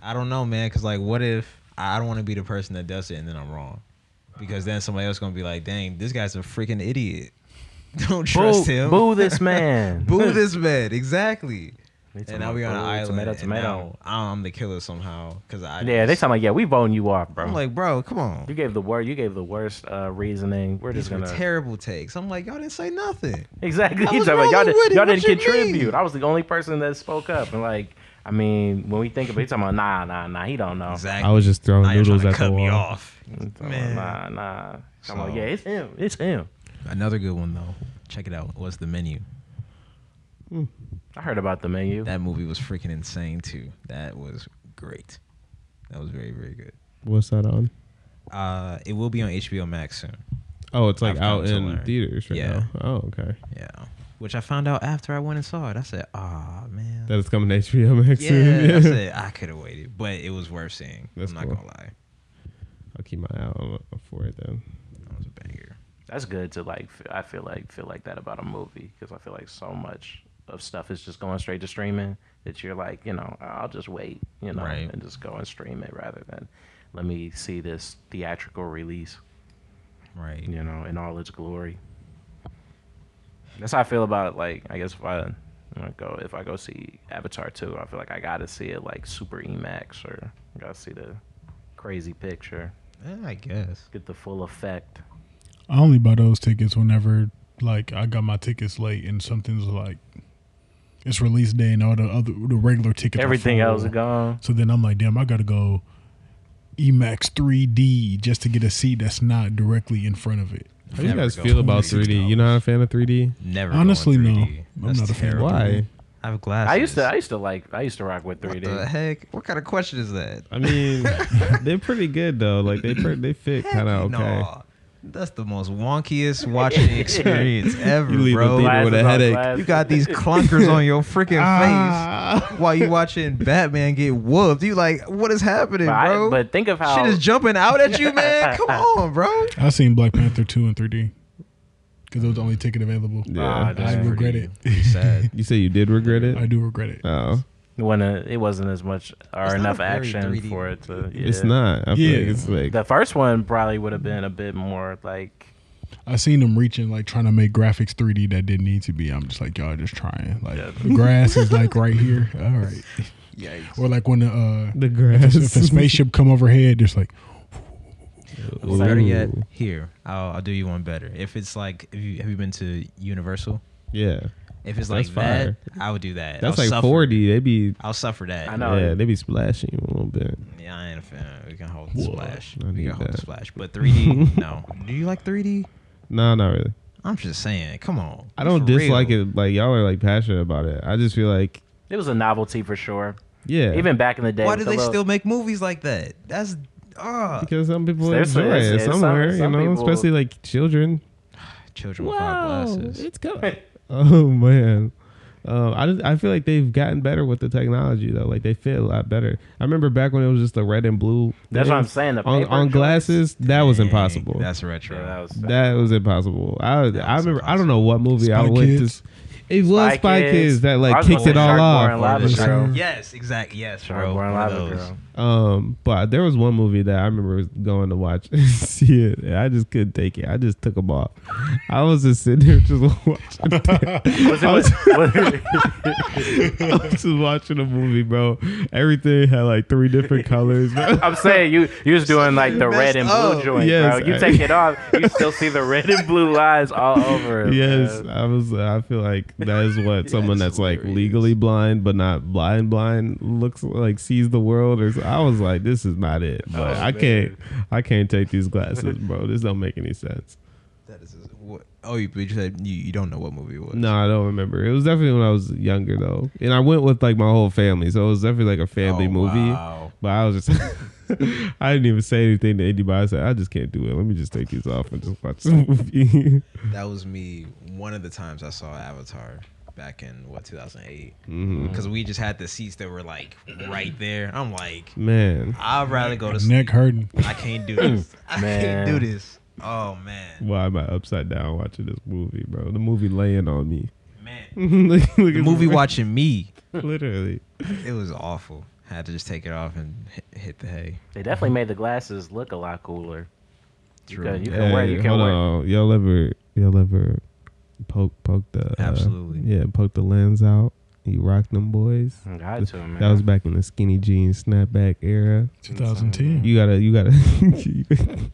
[SPEAKER 2] I don't know, man. Cause like, what if I don't want to be the person that does it and then I'm wrong? Because then somebody else gonna be like, "Dang, this guy's a freaking idiot. (laughs) Don't (laughs)
[SPEAKER 3] Boo,
[SPEAKER 2] trust him.
[SPEAKER 3] boo this man.
[SPEAKER 2] Boo this man. Exactly."
[SPEAKER 3] They
[SPEAKER 2] And now we on
[SPEAKER 3] talking
[SPEAKER 2] an
[SPEAKER 3] about
[SPEAKER 2] island.
[SPEAKER 3] boo,
[SPEAKER 2] and now I'm the killer somehow. Cause I
[SPEAKER 3] Yeah, they sound like yeah, we voting you off, bro.
[SPEAKER 2] I'm like, bro, come on.
[SPEAKER 3] you gave the word. You gave the worst uh, reasoning. We're
[SPEAKER 2] These
[SPEAKER 3] just
[SPEAKER 2] were
[SPEAKER 3] gonna
[SPEAKER 2] terrible takes. I'm like, y'all didn't say nothing.
[SPEAKER 3] exactly.
[SPEAKER 2] I
[SPEAKER 3] He's
[SPEAKER 2] was
[SPEAKER 3] talking about, y'all,
[SPEAKER 2] rolling
[SPEAKER 3] did,
[SPEAKER 2] with it.
[SPEAKER 3] y'all
[SPEAKER 2] What
[SPEAKER 3] didn't
[SPEAKER 2] you
[SPEAKER 3] contribute.
[SPEAKER 2] mean?
[SPEAKER 3] I was the only person that spoke up, and like, I mean, when we think about, it, he's talking about nah, nah, nah. He don't know.
[SPEAKER 2] Exactly.
[SPEAKER 4] I was just throwing
[SPEAKER 2] now you're trying
[SPEAKER 4] noodles
[SPEAKER 2] to
[SPEAKER 4] at the
[SPEAKER 2] cut me
[SPEAKER 4] wall.
[SPEAKER 2] off.
[SPEAKER 3] He's talking about,
[SPEAKER 2] Man.
[SPEAKER 3] Nah, nah. Come on,
[SPEAKER 2] So-
[SPEAKER 3] yeah, it's him. It's him.
[SPEAKER 2] Another good one though. Check it out. Was the menu?
[SPEAKER 3] I heard about the menu.
[SPEAKER 2] That movie was freaking insane too. That was great. That was very very good.
[SPEAKER 4] What's that on?
[SPEAKER 2] Uh, it will be on HBO Max soon.
[SPEAKER 4] Oh, it's like
[SPEAKER 2] I've come
[SPEAKER 4] out
[SPEAKER 2] to
[SPEAKER 4] in
[SPEAKER 2] learn.
[SPEAKER 4] theaters right
[SPEAKER 2] Yeah.
[SPEAKER 4] now. Oh, okay.
[SPEAKER 2] Yeah, which I found out after I went and saw it. I said, "Ah man,
[SPEAKER 4] That is coming to HBO (laughs) Max.
[SPEAKER 2] yeah."
[SPEAKER 4] soon.
[SPEAKER 2] I
[SPEAKER 4] (laughs)
[SPEAKER 2] said I could have waited, but it was worth seeing.
[SPEAKER 4] That's
[SPEAKER 2] I'm not
[SPEAKER 4] cool.
[SPEAKER 2] gonna lie,
[SPEAKER 4] I'll keep my eye out for it then.
[SPEAKER 2] that was a banger.
[SPEAKER 3] That's good to like. f- I feel like feel like that about a movie because I feel like so much of stuff is just going straight to streaming that you're like, you know, I'll just wait, you know,
[SPEAKER 2] Right.
[SPEAKER 3] and just go and stream it rather than let me see this theatrical release,
[SPEAKER 2] Right.
[SPEAKER 3] you know, in all its glory. That's how I feel about like I guess if I when I go if I go see Avatar two, I feel like I gotta see it like super Emacs or I gotta see the crazy picture,
[SPEAKER 2] Yeah, Eh, I guess.
[SPEAKER 3] get the full effect.
[SPEAKER 1] I only buy those tickets whenever like I got my tickets late and something's like it's release day and all the other the regular tickets. are
[SPEAKER 3] Everything
[SPEAKER 1] full.
[SPEAKER 3] else is gone.
[SPEAKER 1] So then I'm like, damn, I gotta go Emax 3D just to get a seat that's not directly in front of it.
[SPEAKER 4] How do you
[SPEAKER 2] Never
[SPEAKER 4] guys
[SPEAKER 2] go
[SPEAKER 4] feel about
[SPEAKER 2] completely
[SPEAKER 4] 3D?
[SPEAKER 2] dollars.
[SPEAKER 4] You're not a fan of 3D?
[SPEAKER 2] Never.
[SPEAKER 1] Honestly,
[SPEAKER 2] going
[SPEAKER 1] no.
[SPEAKER 2] 3D.
[SPEAKER 1] I'm
[SPEAKER 2] That's
[SPEAKER 1] not a fan.
[SPEAKER 2] terrible.
[SPEAKER 4] Why?
[SPEAKER 2] I have glasses.
[SPEAKER 3] I used to I used to like I used to rock with
[SPEAKER 2] What
[SPEAKER 3] 3D.
[SPEAKER 2] the heck? What kind of question is that?
[SPEAKER 4] I mean,
[SPEAKER 3] (laughs)
[SPEAKER 4] they're pretty good though. Like they per- they fit kind of
[SPEAKER 2] Heck
[SPEAKER 4] okay.
[SPEAKER 2] no. That's the most wonkiest
[SPEAKER 4] (laughs)
[SPEAKER 2] watching experience ever,
[SPEAKER 4] You leave the
[SPEAKER 2] bro.
[SPEAKER 4] theater with
[SPEAKER 3] Glasses
[SPEAKER 4] Ah. a
[SPEAKER 3] on
[SPEAKER 4] headache.
[SPEAKER 3] glasses.
[SPEAKER 2] You got these clunkers on your freaking face while you watching Batman get whooped. You like, what is happening,
[SPEAKER 3] But, I-
[SPEAKER 2] bro?
[SPEAKER 3] but think of how
[SPEAKER 2] Shit is jumping out at you,
[SPEAKER 3] (laughs)
[SPEAKER 2] man. Come on, bro.
[SPEAKER 1] I seen Black Panther two in 3D because it was the only ticket available.
[SPEAKER 4] Yeah.
[SPEAKER 3] Ah,
[SPEAKER 1] I
[SPEAKER 3] That's
[SPEAKER 1] regret it.
[SPEAKER 2] Pretty
[SPEAKER 4] (laughs)
[SPEAKER 2] sad.
[SPEAKER 4] You say you did regret it?
[SPEAKER 1] I do regret it.
[SPEAKER 4] Oh,
[SPEAKER 3] when uh, it wasn't as much or
[SPEAKER 2] It's not
[SPEAKER 3] enough
[SPEAKER 2] a very
[SPEAKER 3] action
[SPEAKER 2] 3D
[SPEAKER 3] for it to. Yeah.
[SPEAKER 4] it's not. I feel
[SPEAKER 1] Yeah.
[SPEAKER 4] like it's like
[SPEAKER 3] The first one probably would have been a bit more like.
[SPEAKER 1] I seen them reaching like trying to make graphics 3D that didn't need to be. I'm just like y'all just trying. Like
[SPEAKER 3] Yeah.
[SPEAKER 1] the grass is like right here. All right. Or like when the uh
[SPEAKER 4] the
[SPEAKER 1] if
[SPEAKER 4] grass.
[SPEAKER 1] the spaceship come overhead, just like
[SPEAKER 2] Or better yet,
[SPEAKER 4] Ooh.
[SPEAKER 2] here I'll, I'll do you one better. If it's like, if you, have you been to Universal?
[SPEAKER 4] (laughs) Yeah,
[SPEAKER 2] If it's
[SPEAKER 4] That's
[SPEAKER 2] like
[SPEAKER 4] fire.
[SPEAKER 2] that, I would do that.
[SPEAKER 4] that's
[SPEAKER 2] I'll
[SPEAKER 4] like
[SPEAKER 2] suffer.
[SPEAKER 4] 4D. They be
[SPEAKER 2] I'll suffer that.
[SPEAKER 3] I know.
[SPEAKER 4] yeah, they be splashing you a little bit.
[SPEAKER 2] Yeah, I ain't a fan. We can hold the
[SPEAKER 1] Whoa.
[SPEAKER 2] splash.
[SPEAKER 4] I
[SPEAKER 2] we
[SPEAKER 4] need
[SPEAKER 2] can hold the
[SPEAKER 4] that.
[SPEAKER 2] splash. But
[SPEAKER 4] (laughs)
[SPEAKER 2] 3D, no. Do you like 3D?
[SPEAKER 4] No, not really.
[SPEAKER 2] I'm just saying. Come on.
[SPEAKER 4] I don't
[SPEAKER 2] Be for
[SPEAKER 4] dislike
[SPEAKER 2] real.
[SPEAKER 4] it. Like y'all are like passionate about it. I just feel like
[SPEAKER 3] It was a novelty for sure.
[SPEAKER 4] yeah,
[SPEAKER 3] Even back in the day.
[SPEAKER 2] Why
[SPEAKER 3] with
[SPEAKER 2] do
[SPEAKER 3] the
[SPEAKER 2] they
[SPEAKER 3] little-
[SPEAKER 2] still make movies like that? That's ah.
[SPEAKER 4] because some people
[SPEAKER 3] There's some-
[SPEAKER 4] enjoy it
[SPEAKER 3] yeah, some-
[SPEAKER 4] somewhere.
[SPEAKER 3] some
[SPEAKER 4] you know,
[SPEAKER 3] people-
[SPEAKER 4] especially like children.
[SPEAKER 2] Children without glasses.
[SPEAKER 4] coming. Oh man. Um, I, just- I feel like they've gotten better with the technology though. Like they fit a lot better. I remember back when it was just the red and blue.
[SPEAKER 3] That's what I'm
[SPEAKER 4] things
[SPEAKER 3] saying, the
[SPEAKER 4] on
[SPEAKER 3] paper
[SPEAKER 4] on
[SPEAKER 3] joints.
[SPEAKER 4] glasses, that was
[SPEAKER 2] Dang,
[SPEAKER 4] impossible.
[SPEAKER 2] That's retro.
[SPEAKER 3] Yeah, that was-
[SPEAKER 4] that was impossible. I I remember. I don't know what movie I
[SPEAKER 1] Spy
[SPEAKER 4] went
[SPEAKER 1] Kids?
[SPEAKER 4] to. It was
[SPEAKER 3] Spy
[SPEAKER 4] Spy Kids,
[SPEAKER 3] Kids.
[SPEAKER 4] that
[SPEAKER 3] I
[SPEAKER 4] like
[SPEAKER 3] was gonna
[SPEAKER 4] kicked it
[SPEAKER 3] say
[SPEAKER 4] all
[SPEAKER 3] Sharkboy
[SPEAKER 4] off.
[SPEAKER 3] and Lava
[SPEAKER 1] Shark-
[SPEAKER 3] Girl.
[SPEAKER 2] yes, exactly. Yes, bro.
[SPEAKER 3] Sharkboy and
[SPEAKER 2] One of
[SPEAKER 3] Lava
[SPEAKER 2] those.
[SPEAKER 3] Girl.
[SPEAKER 4] Um, but there was one movie that I remember going to watch (laughs) and see it, and I just couldn't take it. I just took them off. I was just sitting there just (laughs) watching.
[SPEAKER 3] Was it,
[SPEAKER 4] I was-
[SPEAKER 3] was-
[SPEAKER 4] (laughs) I was just watching a movie, bro. Everything had like three different
[SPEAKER 3] (laughs)
[SPEAKER 4] colors. Bro.
[SPEAKER 3] I'm saying you you was doing like the red and blue
[SPEAKER 2] up.
[SPEAKER 3] joint,
[SPEAKER 4] Yes,
[SPEAKER 3] bro. You
[SPEAKER 4] I-
[SPEAKER 3] take it off, you still see the red and blue lines all
[SPEAKER 4] (laughs)
[SPEAKER 3] over. it,
[SPEAKER 4] Yes,
[SPEAKER 3] man.
[SPEAKER 4] I was. I feel like that is what someone that's like
[SPEAKER 2] hilarious.
[SPEAKER 4] legally blind but not blind blind looks like sees the world. Or so- I was like, this is not it. But I can't. I can't take these glasses, bro. This don't make any sense.
[SPEAKER 2] That is what. Oh, you, but you said you, you don't know what movie it was.
[SPEAKER 4] No, I don't remember. It was definitely when I was younger though, and I went with like my whole family, so it was definitely like a family
[SPEAKER 2] Oh,
[SPEAKER 4] movie.
[SPEAKER 2] wow.
[SPEAKER 4] But I was just, (laughs) I didn't even say anything to anybody. I said, I just can't do it. Let me just take these off and just watch the (laughs) movie.
[SPEAKER 2] That was me. One of the times I saw Avatar back in what 2008,
[SPEAKER 4] Mhm.
[SPEAKER 2] because we just had the seats that were like right there. I'm like,
[SPEAKER 4] Man,
[SPEAKER 2] I'd rather go to
[SPEAKER 1] neck
[SPEAKER 2] sleep.
[SPEAKER 1] hurting.
[SPEAKER 2] I can't do (laughs) this. I
[SPEAKER 3] Man.
[SPEAKER 2] can't do this. Oh man,
[SPEAKER 4] why am I upside down watching this movie, bro? The movie laying on me. (laughs)
[SPEAKER 2] (laughs) man.
[SPEAKER 4] Look- look at
[SPEAKER 2] The movie (laughs)
[SPEAKER 4] (laughs) the-
[SPEAKER 2] watching me,
[SPEAKER 4] Literally.
[SPEAKER 2] it was awful. had to just take it off and hit, hit the hay.
[SPEAKER 3] They
[SPEAKER 4] Mm-hmm.
[SPEAKER 3] definitely made the glasses look a lot cooler. You
[SPEAKER 2] True.
[SPEAKER 3] can, you can wear you can
[SPEAKER 4] hold
[SPEAKER 3] wear
[SPEAKER 4] on. Y'all ever, y'all ever poke, poke the. uh,
[SPEAKER 2] Absolutely.
[SPEAKER 4] Yeah, poke the lens out. You rock them boys.
[SPEAKER 3] Got to, man.
[SPEAKER 4] That was back in the skinny jeans snapback era.
[SPEAKER 1] 2010.
[SPEAKER 4] You gotta, you gotta.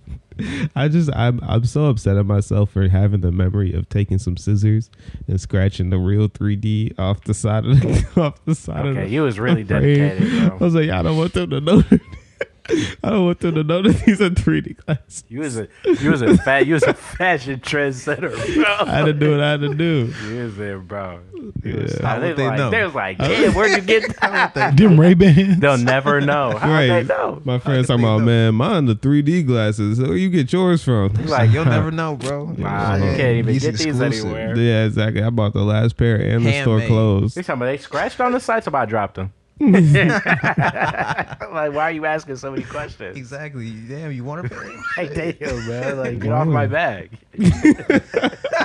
[SPEAKER 4] (laughs) I just, I'm, I'm so upset at myself for having the memory of taking some scissors and scratching the real 3D off the side of the, (laughs) off the side of
[SPEAKER 3] okay.
[SPEAKER 4] the.
[SPEAKER 3] You was
[SPEAKER 4] (laughs)
[SPEAKER 3] really
[SPEAKER 4] frame.
[SPEAKER 3] dedicated,
[SPEAKER 4] I
[SPEAKER 3] bro.
[SPEAKER 4] was like, I don't want them to know. (laughs) I don't want them to know that these are 3D glasses.
[SPEAKER 3] You was a you was a fat you was
[SPEAKER 4] (laughs)
[SPEAKER 3] a fashion trendsetter, bro.
[SPEAKER 4] I had to do what I had to do.
[SPEAKER 3] You was there, bro. You was,
[SPEAKER 4] Yeah.
[SPEAKER 2] How
[SPEAKER 3] they,
[SPEAKER 2] would they
[SPEAKER 3] like,
[SPEAKER 2] know?
[SPEAKER 3] they was like, damn, where'd you
[SPEAKER 4] (laughs)
[SPEAKER 3] get that?
[SPEAKER 1] Them Ray Bans.
[SPEAKER 3] They'll never (laughs) know. How would they know?
[SPEAKER 4] My friends
[SPEAKER 2] How did
[SPEAKER 4] talking
[SPEAKER 2] they
[SPEAKER 4] about,
[SPEAKER 2] know?
[SPEAKER 4] man, mine the 3D glasses. Where you get yours from?
[SPEAKER 2] It's like you'll (laughs) never know, bro.
[SPEAKER 3] Wow, you
[SPEAKER 2] Yeah.
[SPEAKER 3] can't even
[SPEAKER 2] These
[SPEAKER 3] get these
[SPEAKER 2] exclusive.
[SPEAKER 3] anywhere.
[SPEAKER 4] Yeah, exactly. I bought the last pair and the store
[SPEAKER 2] Handmade.
[SPEAKER 4] closed.
[SPEAKER 3] You talking about they scratched on the site, somebody dropped
[SPEAKER 4] (laughs)
[SPEAKER 3] (laughs) them. like, why are you asking so many questions?
[SPEAKER 2] Exactly. Damn, you want (laughs) to play?
[SPEAKER 3] Like, damn, man. Like, get off my
[SPEAKER 4] (laughs)
[SPEAKER 3] back. (laughs)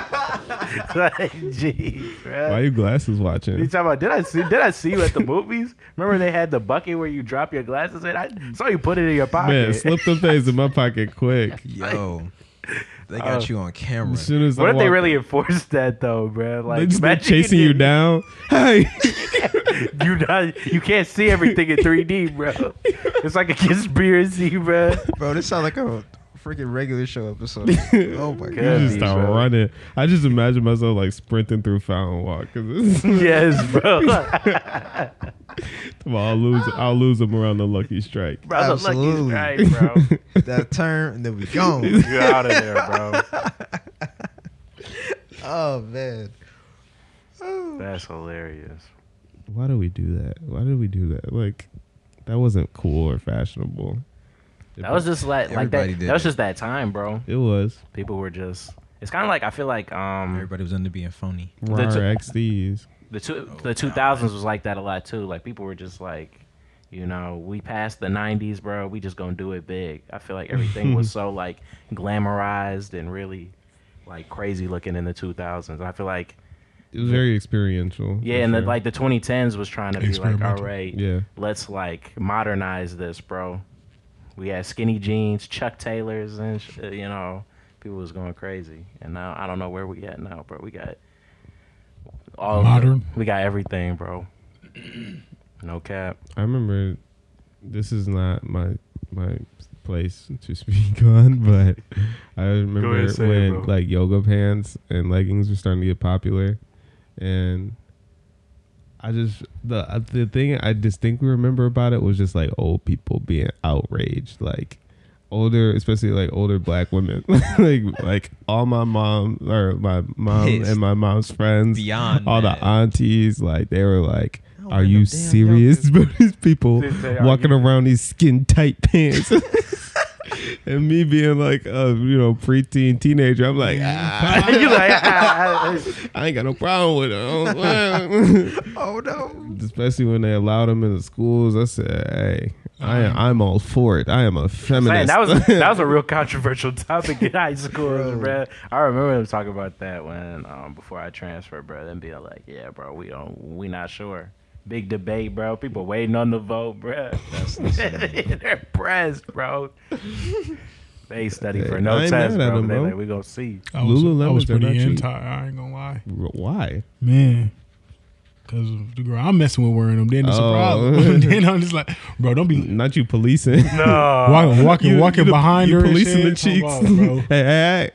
[SPEAKER 3] like, jeez, bro.
[SPEAKER 4] Why you glasses
[SPEAKER 3] You
[SPEAKER 4] watching?
[SPEAKER 3] talking about? Did I see? Did I see you at the movies? Remember they had the bucket where you drop your glasses in. I saw you put it in your pocket.
[SPEAKER 4] Man, slip them things in my pocket quick.
[SPEAKER 2] Yo, Uh, they got
[SPEAKER 3] Oh.
[SPEAKER 2] you on camera.
[SPEAKER 4] As soon as
[SPEAKER 3] what
[SPEAKER 4] I
[SPEAKER 3] if they
[SPEAKER 4] walk-
[SPEAKER 3] really enforced that though, bro? Like
[SPEAKER 4] they just been
[SPEAKER 3] imagine
[SPEAKER 4] chasing you
[SPEAKER 3] did-
[SPEAKER 4] down? (laughs)
[SPEAKER 3] (laughs)
[SPEAKER 4] Hey,
[SPEAKER 3] You not, you can't see everything in 3D, bro. It's like a conspiracy, bro.
[SPEAKER 2] Bro, this sounds like a freaking regular show episode. oh my god.
[SPEAKER 4] you
[SPEAKER 3] Good.
[SPEAKER 4] just start
[SPEAKER 3] bro.
[SPEAKER 4] running. I just imagine myself like sprinting through Fountain Walk (laughs) because
[SPEAKER 3] Yes, bro. (laughs)
[SPEAKER 4] I'll lose. I'll lose them around the lucky strike.
[SPEAKER 3] bro the lucky's
[SPEAKER 2] Absolutely. (laughs)
[SPEAKER 3] right, bro.
[SPEAKER 2] That turn and then we gone.
[SPEAKER 3] You're out of there, bro.
[SPEAKER 2] (laughs) Oh man.
[SPEAKER 3] That's hilarious.
[SPEAKER 4] Why do we do that? Why did we do that? Like, that wasn't cool or fashionable.
[SPEAKER 3] That was just like like
[SPEAKER 2] Everybody
[SPEAKER 3] that.
[SPEAKER 2] did
[SPEAKER 3] That was
[SPEAKER 2] it.
[SPEAKER 3] just that time, bro.
[SPEAKER 4] It was.
[SPEAKER 3] People were just. It's kind of like I feel like um
[SPEAKER 2] Everybody was under being phony.
[SPEAKER 4] Rar
[SPEAKER 3] t-
[SPEAKER 4] XDs.
[SPEAKER 3] the two the two thousands was like that a lot too. Like people were just like, you know, we passed the nineties, bro. We just gonna do it big. I feel like everything
[SPEAKER 4] (laughs)
[SPEAKER 3] was so like glamorized and really like crazy looking in the two thousands. I feel like
[SPEAKER 4] It was very experiential.
[SPEAKER 3] yeah,
[SPEAKER 4] for
[SPEAKER 3] and the,
[SPEAKER 4] sure.
[SPEAKER 3] like the twenty tens was trying to be like, all
[SPEAKER 1] Experimental.
[SPEAKER 3] right,
[SPEAKER 4] Yeah.
[SPEAKER 3] let's like modernize this, bro. We had skinny jeans, Chuck Taylors, and sh- uh, you know, people was going crazy. And now I don't know where we at now, bro. We got all of the-
[SPEAKER 1] Modern.
[SPEAKER 3] we got everything, bro. (clears throat) No cap.
[SPEAKER 4] I remember this is not my my place to (laughs) speak on, but
[SPEAKER 3] Go
[SPEAKER 4] I
[SPEAKER 3] ahead
[SPEAKER 4] remember
[SPEAKER 3] and say it,
[SPEAKER 4] when
[SPEAKER 3] bro.
[SPEAKER 4] like yoga pants and leggings were starting to get popular and I just the uh, the thing I distinctly remember about it was just like old people being outraged like older especially like older black women (laughs) like like all my mom or my mom
[SPEAKER 2] Pissed.
[SPEAKER 4] and my mom's friends
[SPEAKER 2] Beyond
[SPEAKER 4] all
[SPEAKER 2] mad.
[SPEAKER 4] the aunties like they were like
[SPEAKER 2] I don't
[SPEAKER 4] are
[SPEAKER 2] wear no
[SPEAKER 4] you
[SPEAKER 2] damn
[SPEAKER 4] serious (laughs) bro these people
[SPEAKER 3] They say, "Are
[SPEAKER 4] walking
[SPEAKER 3] you-"
[SPEAKER 4] (laughs) around these skin tight pants (laughs) and me being like a you know preteen teenager i'm like
[SPEAKER 3] (laughs)
[SPEAKER 4] ah,
[SPEAKER 3] you like (laughs) ah, ah, ah.
[SPEAKER 4] i ain't got no problem with
[SPEAKER 3] (laughs)
[SPEAKER 4] it
[SPEAKER 2] Oh no.
[SPEAKER 4] (laughs) especially when they allowed them in the schools i said hey I am, I'm all for it. I am a
[SPEAKER 3] Man,
[SPEAKER 4] feminist.
[SPEAKER 3] that was that was a real controversial topic in high school, bro. I remember them talking about that when um, before I transferred, bro. Them being like, "Yeah, bro, we don't, we not sure." Big debate, bro. People waiting on the vote, bro.
[SPEAKER 4] (laughs)
[SPEAKER 3] (laughs) They're pressed, bro. They study for
[SPEAKER 4] I
[SPEAKER 3] no
[SPEAKER 4] ain't
[SPEAKER 3] test,
[SPEAKER 4] mad at
[SPEAKER 3] bro.
[SPEAKER 4] them,
[SPEAKER 3] They
[SPEAKER 4] bro.
[SPEAKER 3] like, we gonna
[SPEAKER 4] (laughs)
[SPEAKER 3] see.
[SPEAKER 1] I was, I was
[SPEAKER 4] Lululemon's are
[SPEAKER 1] pretty
[SPEAKER 4] not cheap.
[SPEAKER 1] anti. I ain't gonna lie,
[SPEAKER 4] Why?
[SPEAKER 1] man. Cause the girl I'm messing with wearing them, then it's
[SPEAKER 4] Oh.
[SPEAKER 1] a
[SPEAKER 4] (laughs)
[SPEAKER 1] problem. (laughs) then I'm just like, bro, don't be
[SPEAKER 4] Not
[SPEAKER 3] (laughs)
[SPEAKER 4] you policing. (laughs)
[SPEAKER 3] No.
[SPEAKER 1] walking, walking, walking
[SPEAKER 4] the-
[SPEAKER 1] behind
[SPEAKER 4] Uh, you
[SPEAKER 1] her. and
[SPEAKER 4] policing
[SPEAKER 1] shit.
[SPEAKER 4] the cheeks.
[SPEAKER 1] Come (laughs) on,
[SPEAKER 4] (laughs) hey,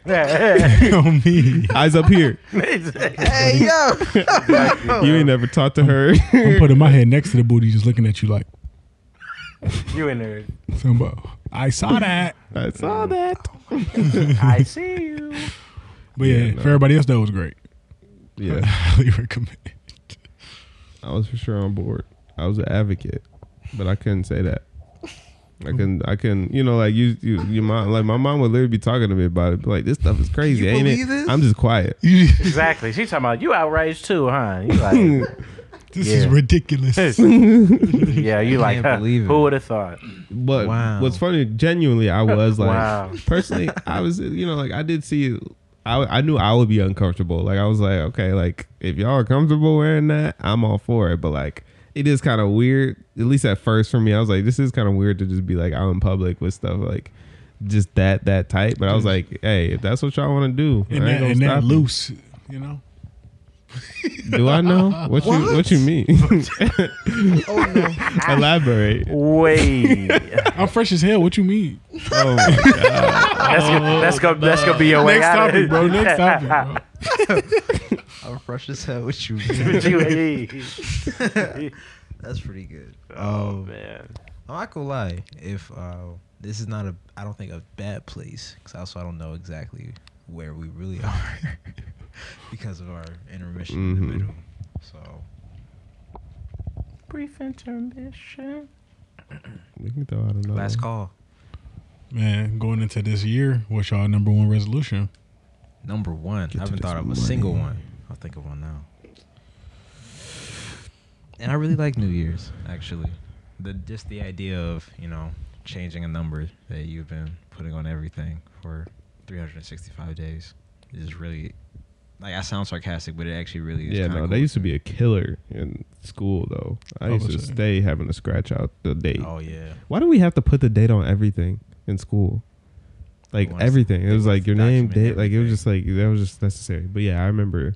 [SPEAKER 3] (laughs)
[SPEAKER 4] hey, hey,
[SPEAKER 1] bro. on me.
[SPEAKER 4] eyes up here.
[SPEAKER 2] Hey yo.
[SPEAKER 4] You ain't never talked to her. (laughs)
[SPEAKER 1] I'm putting my head next to the booty, just looking at you like,
[SPEAKER 3] you in there?
[SPEAKER 1] somebody. I
[SPEAKER 4] (laughs)
[SPEAKER 1] saw that.
[SPEAKER 4] I saw that.
[SPEAKER 3] I see you.
[SPEAKER 1] But yeah,
[SPEAKER 4] Yeah, no.
[SPEAKER 1] for everybody else, that was great. (laughs) I
[SPEAKER 4] Yeah,
[SPEAKER 1] highly recommend. (laughs)
[SPEAKER 4] I was for sure on board. I was an advocate, but I couldn't say that. I couldn't. I couldn't. You know, like you, you, your mom. Like my mom would literally be talking to me about it. Be like, this stuff is crazy,
[SPEAKER 2] You
[SPEAKER 4] ain't
[SPEAKER 2] believe
[SPEAKER 4] it?
[SPEAKER 2] this?
[SPEAKER 4] I'm just quiet.
[SPEAKER 1] You-
[SPEAKER 3] Exactly. She's talking about you outraged too, huh? You like,
[SPEAKER 4] (laughs)
[SPEAKER 1] this
[SPEAKER 3] Yeah.
[SPEAKER 1] is ridiculous.
[SPEAKER 3] yeah, you like,
[SPEAKER 2] can't
[SPEAKER 3] huh,
[SPEAKER 2] believe it.
[SPEAKER 3] who would have thought?
[SPEAKER 4] But
[SPEAKER 2] Wow.
[SPEAKER 4] what's funny, genuinely, I was like,
[SPEAKER 3] Wow.
[SPEAKER 4] personally, I was, you know, like I did see, I, I knew I would be uncomfortable. Like I was like, okay, like if y'all are comfortable wearing that, I'm all for it. But like, it is kind of weird, at least at first for me. I was like, this is kind of weird to just be like out in public with stuff like just that that tight. But I was like, hey, if that's what y'all want to do,
[SPEAKER 1] and
[SPEAKER 4] I ain't
[SPEAKER 1] that,
[SPEAKER 4] gonna
[SPEAKER 1] and
[SPEAKER 4] stop
[SPEAKER 1] that
[SPEAKER 4] you.
[SPEAKER 1] loose, you know?
[SPEAKER 4] Do I know what, you what you mean? (laughs)
[SPEAKER 2] Oh no.
[SPEAKER 4] Elaborate.
[SPEAKER 3] Wait,
[SPEAKER 1] I'm fresh as hell. What you
[SPEAKER 3] (laughs)
[SPEAKER 1] mean?
[SPEAKER 4] Oh my God.
[SPEAKER 3] that's gonna that's gonna that's gonna be your way
[SPEAKER 1] Oh, Next
[SPEAKER 3] out.
[SPEAKER 1] topic, bro. Next topic,
[SPEAKER 3] (laughs)
[SPEAKER 1] bro.
[SPEAKER 2] I'm fresh as hell with you.
[SPEAKER 3] (laughs)
[SPEAKER 2] (laughs) That's pretty good. Um,
[SPEAKER 3] oh man,
[SPEAKER 2] I'm not gonna lie. If uh, this is not a, I don't think a bad place because also I don't know exactly where we really (laughs) are because of our intermission in the
[SPEAKER 4] Mhm.
[SPEAKER 2] middle. So
[SPEAKER 3] brief intermission.
[SPEAKER 4] We can throw out another
[SPEAKER 2] last
[SPEAKER 4] one.
[SPEAKER 2] call
[SPEAKER 1] Man, going into this year, what's y'all number one resolution?
[SPEAKER 2] number one.
[SPEAKER 4] Get
[SPEAKER 2] I
[SPEAKER 4] to
[SPEAKER 2] haven't
[SPEAKER 4] this
[SPEAKER 2] thought of a
[SPEAKER 4] money.
[SPEAKER 2] single one. I'll think of one now. And I really like New Year's actually. The just the idea of you know changing a number that you've been putting on everything for 365 days is really like I sound sarcastic, but it actually really is.
[SPEAKER 4] Yeah, no,
[SPEAKER 2] kinda
[SPEAKER 4] that
[SPEAKER 2] cool.
[SPEAKER 4] used to be a killer in school though. I
[SPEAKER 1] Oh,
[SPEAKER 4] used to
[SPEAKER 1] was it?
[SPEAKER 4] stay having to scratch out the date.
[SPEAKER 2] Oh yeah.
[SPEAKER 4] Why do we have to put the date on everything in school? Like
[SPEAKER 2] wanna-
[SPEAKER 4] everything. It
[SPEAKER 2] they
[SPEAKER 4] was
[SPEAKER 2] wanna
[SPEAKER 4] like your name,
[SPEAKER 2] document
[SPEAKER 4] date, like it was
[SPEAKER 2] everything.
[SPEAKER 4] just like that was just necessary. But yeah, I remember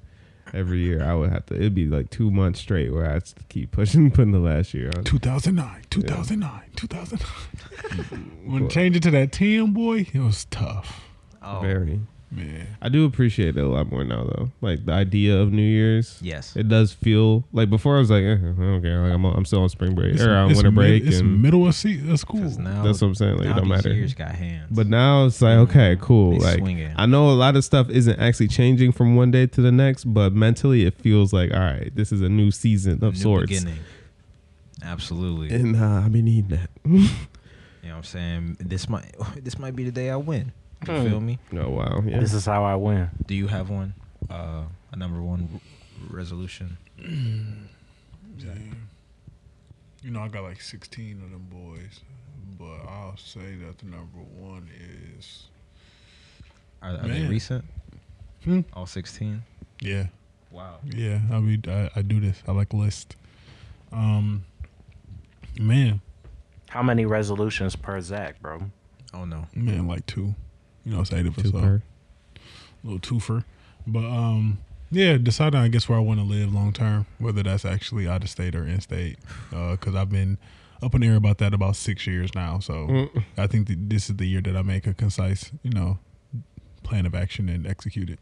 [SPEAKER 4] every year I would have to it'd be like two months straight where I had to keep pushing (laughs) putting the last year on.
[SPEAKER 1] 2009, 2009,
[SPEAKER 4] (laughs)
[SPEAKER 1] 2009. when change it to that 10, boy, it was tough.
[SPEAKER 2] Oh,
[SPEAKER 4] Very.
[SPEAKER 1] Man.
[SPEAKER 4] I do appreciate it a lot more now, though. Like the idea of New Year's,
[SPEAKER 2] Yes.
[SPEAKER 4] it does feel like before I was like, eh, I don't care. Like I'm, I'm still on spring break
[SPEAKER 1] It's,
[SPEAKER 4] or on
[SPEAKER 1] it's
[SPEAKER 4] winter
[SPEAKER 1] mid-
[SPEAKER 4] break,
[SPEAKER 1] it's
[SPEAKER 4] and
[SPEAKER 1] middle of season. That's cool.
[SPEAKER 2] 'Cause now-
[SPEAKER 4] that's what I'm saying. Like it
[SPEAKER 2] now
[SPEAKER 4] don't
[SPEAKER 2] these
[SPEAKER 4] matter.
[SPEAKER 2] years got hands.
[SPEAKER 4] But now it's like, okay, cool.
[SPEAKER 2] They
[SPEAKER 4] like
[SPEAKER 2] swinging.
[SPEAKER 4] I know a lot of stuff isn't actually changing from one day to the next, but mentally it feels like, all right, this is a new season of
[SPEAKER 2] New
[SPEAKER 4] sorts.
[SPEAKER 2] beginning. Absolutely.
[SPEAKER 4] And uh, I've been needing that.
[SPEAKER 2] You know what I'm saying? This might (sighs) this might be the day I win. You
[SPEAKER 3] Hmm.
[SPEAKER 2] feel me?
[SPEAKER 4] Oh wow, yeah.
[SPEAKER 3] This is how I win.
[SPEAKER 2] Do you have one? Uh, a number one r- resolution?
[SPEAKER 1] Damn. You know, I got like 16 of them boys, but I'll say that the number one is.
[SPEAKER 2] Are, are they
[SPEAKER 1] Man.
[SPEAKER 2] recent?
[SPEAKER 1] Hmm?
[SPEAKER 2] All 16?
[SPEAKER 1] Yeah,
[SPEAKER 2] Wow.
[SPEAKER 1] yeah. I mean, I, I do this. I like lists. Um, man,
[SPEAKER 3] How many resolutions per Zach, bro?
[SPEAKER 2] Oh no.
[SPEAKER 1] man, like two. You know, it's eight of us.
[SPEAKER 4] Two
[SPEAKER 1] so
[SPEAKER 4] per.
[SPEAKER 1] little twofer. But um, yeah, deciding I guess where I want to live long term, whether that's actually out of state or in state, because I've been up in the air about that about six years now. So
[SPEAKER 4] Mm.
[SPEAKER 1] I think that this is the year that I make a concise, you know, plan of action and execute it.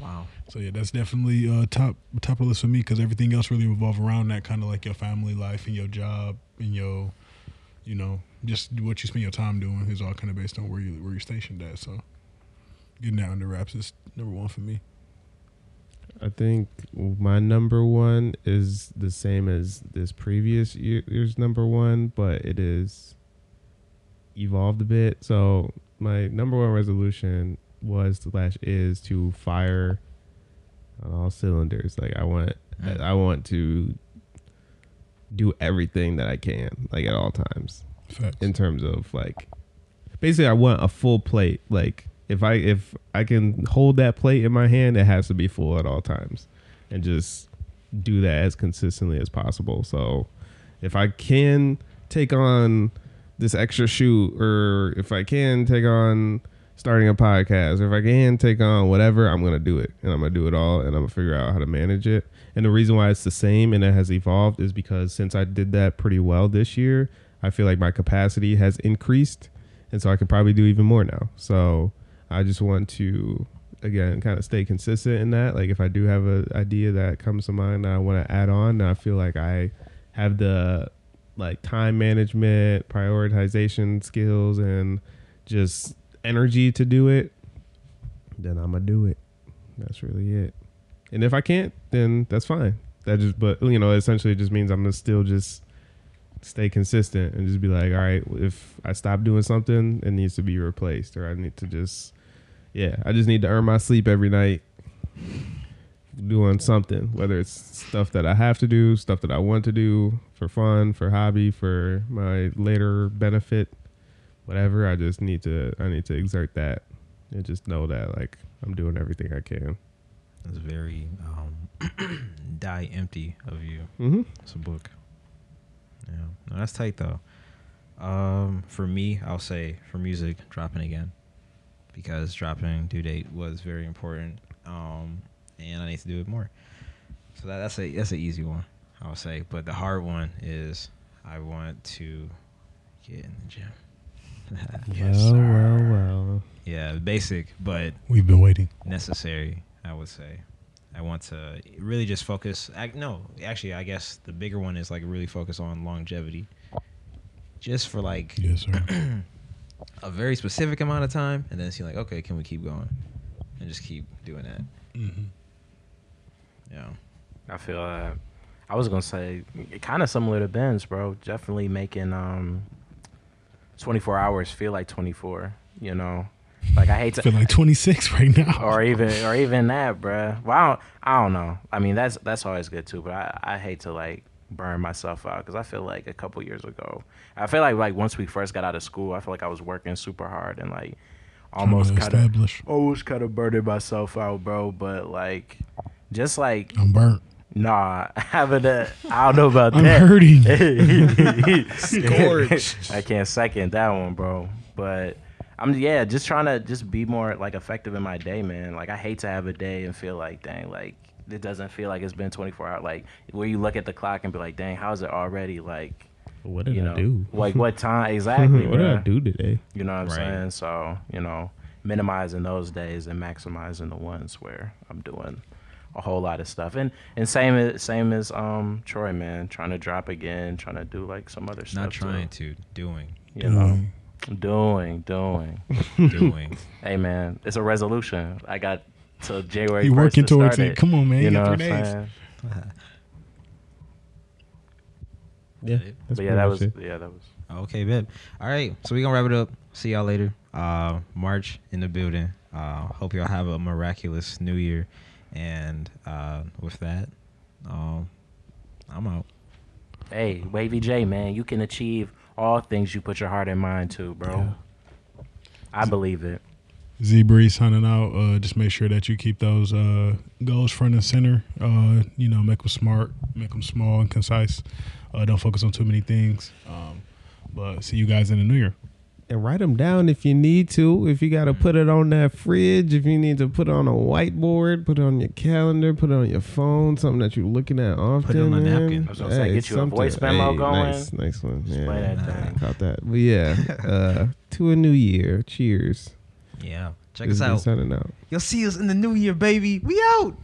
[SPEAKER 2] Wow.
[SPEAKER 1] So yeah, that's definitely uh, top top of the list for me because everything else really revolve around that kind of like your family life and your job and your, you know, just what you spend your time doing is all kind of based on where you where you're stationed at. So getting that under wraps is number one for me.
[SPEAKER 4] I think my number one is the same as this previous year- year's number one, but it is evolved a bit. So my number one resolution was slash is to fire on all cylinders. Like I want,
[SPEAKER 2] Mm.
[SPEAKER 4] I want to do everything that I can, like at all times
[SPEAKER 1] Facts.
[SPEAKER 4] in terms of like basically I want a full plate. Like if I if I can hold that plate in my hand, it has to be full at all times. And just do that as consistently as possible. So if I can take on this extra shoot or if I can take on starting a podcast or if I can take on whatever, I'm gonna do it. And I'm gonna do it all and I'm gonna figure out how to manage it. And the reason why it's the same and it has evolved is because since I did that pretty well this year, I feel like my capacity has increased and so I can probably do even more now. So I just want to again kind of stay consistent in that. Like if I do have an idea that comes to mind that I want to add on, and I feel like I have the like time management, prioritization skills, and just energy to do it, then I'm gonna do it. That's really it. And if I can't, then that's fine. That just but you know, essentially it just means I'm gonna still just stay consistent and just be like, all right, if I stop doing something, it needs to be replaced, or I need to just, yeah, I just need to earn my sleep every night doing something, whether it's stuff that I have to do, stuff that I want to do for fun, for hobby, for my later benefit, whatever. I just need to, I need to exert that and just know that like I'm doing everything I can.
[SPEAKER 2] It's very um, (clears throat) die empty of you.
[SPEAKER 4] Mm-hmm.
[SPEAKER 2] It's a book. Yeah, no, that's tight though. Um, for me, I'll say for music, dropping again, because dropping due date was very important, um, and I need to do it more. So that, that's a that's an easy one, I would say. But the hard one is I want to get in the gym. (laughs)
[SPEAKER 4] well, well, well.
[SPEAKER 2] yeah, basic but
[SPEAKER 1] We've been waiting.
[SPEAKER 2] necessary, I would say. I want to really just focus. I, no, actually, I guess the bigger one is like really focus on longevity, just for like
[SPEAKER 1] Yes, sir.
[SPEAKER 2] a very specific amount of time, and then see like, okay, can we keep going, and just keep doing that.
[SPEAKER 1] mm-hmm.
[SPEAKER 2] Yeah,
[SPEAKER 3] I feel uh, I was gonna say kind of similar to Ben's, bro. Definitely making um, 24 hours feel like 24. You know, like I hate to.
[SPEAKER 1] Feel like 26 (laughs) right now.
[SPEAKER 3] or even or even that, bruh. Well, I don't, I don't know. I mean, that's that's always good too, but I, I hate to like burn myself out because I feel like a couple years ago, I feel like like once we first got out of school, I feel like I was working super hard and like almost
[SPEAKER 1] Almost
[SPEAKER 3] kind of
[SPEAKER 1] established.
[SPEAKER 3] almost kind of burning myself out, bro. But like, just like
[SPEAKER 1] I'm burnt.
[SPEAKER 3] nah, (laughs) having a I don't know about
[SPEAKER 1] I'm
[SPEAKER 3] that.
[SPEAKER 1] hurting.
[SPEAKER 3] (laughs)
[SPEAKER 2] Scorched.
[SPEAKER 3] I can't second that one, bro. But I'm yeah, just trying to just be more like effective in my day, man. Like I hate to have a day and feel like dang, like it doesn't feel like it's been 24 hours. Like where you look at the clock and be like, dang, how is it already? Like
[SPEAKER 4] What did
[SPEAKER 3] you
[SPEAKER 4] I
[SPEAKER 3] know,
[SPEAKER 4] do? (laughs)
[SPEAKER 3] like what time exactly?
[SPEAKER 4] what did I
[SPEAKER 3] bruh.
[SPEAKER 4] do today?
[SPEAKER 3] You know what I'm
[SPEAKER 2] Right.
[SPEAKER 3] saying? So you know, minimizing those days and maximizing the ones where I'm doing a whole lot of stuff. And and same as same as um Troy man, trying to drop again, trying to do like some other stuff.
[SPEAKER 2] Not
[SPEAKER 3] too,
[SPEAKER 2] trying to, doing,
[SPEAKER 3] you know.
[SPEAKER 1] Um,
[SPEAKER 3] Doing, doing.
[SPEAKER 2] doing.
[SPEAKER 3] hey man, it's a resolution. I got till January.
[SPEAKER 1] You
[SPEAKER 3] 1st
[SPEAKER 1] working
[SPEAKER 3] to start
[SPEAKER 1] towards it. Come on, man. You,
[SPEAKER 3] You know
[SPEAKER 1] got
[SPEAKER 3] what I'm
[SPEAKER 1] three days.
[SPEAKER 3] saying?
[SPEAKER 4] Yeah, that's
[SPEAKER 3] But
[SPEAKER 4] pretty
[SPEAKER 3] yeah, that
[SPEAKER 4] much
[SPEAKER 3] was
[SPEAKER 4] it.
[SPEAKER 3] yeah, that was
[SPEAKER 2] Okay, babe. All right, so we gonna wrap it up. See y'all later. Uh, March in the building. Uh, hope y'all have a miraculous New Year. And uh, with that, um, I'm out.
[SPEAKER 3] Hey, Wavy J, man, you can achieve all things you put your heart and mind to, bro.
[SPEAKER 1] Yeah.
[SPEAKER 3] I believe it.
[SPEAKER 1] Z Breeze signing out. Uh, just make sure that you keep those uh, goals front and center. Uh, you know, make them smart, make them small and concise. Uh, don't focus on too many things. Um, but see you guys in the new year.
[SPEAKER 4] and write them down if you need to. If you got to put it on that fridge, if you need to put it on a whiteboard, put it on your calendar, put it on your phone, something that you're looking at often.
[SPEAKER 2] it on a
[SPEAKER 4] man.
[SPEAKER 2] napkin. I
[SPEAKER 3] was gonna say, get you a
[SPEAKER 4] something-
[SPEAKER 3] voice memo going.
[SPEAKER 4] Nice, nice one.
[SPEAKER 3] Just
[SPEAKER 4] Yeah,
[SPEAKER 3] play that thing.
[SPEAKER 4] caught that.
[SPEAKER 2] (laughs)
[SPEAKER 4] But yeah, uh, to a new year. Cheers.
[SPEAKER 2] Yeah, check
[SPEAKER 4] This
[SPEAKER 2] us
[SPEAKER 4] is
[SPEAKER 2] out.
[SPEAKER 4] Signing out.
[SPEAKER 2] You'll see us in the New Year, baby. We out.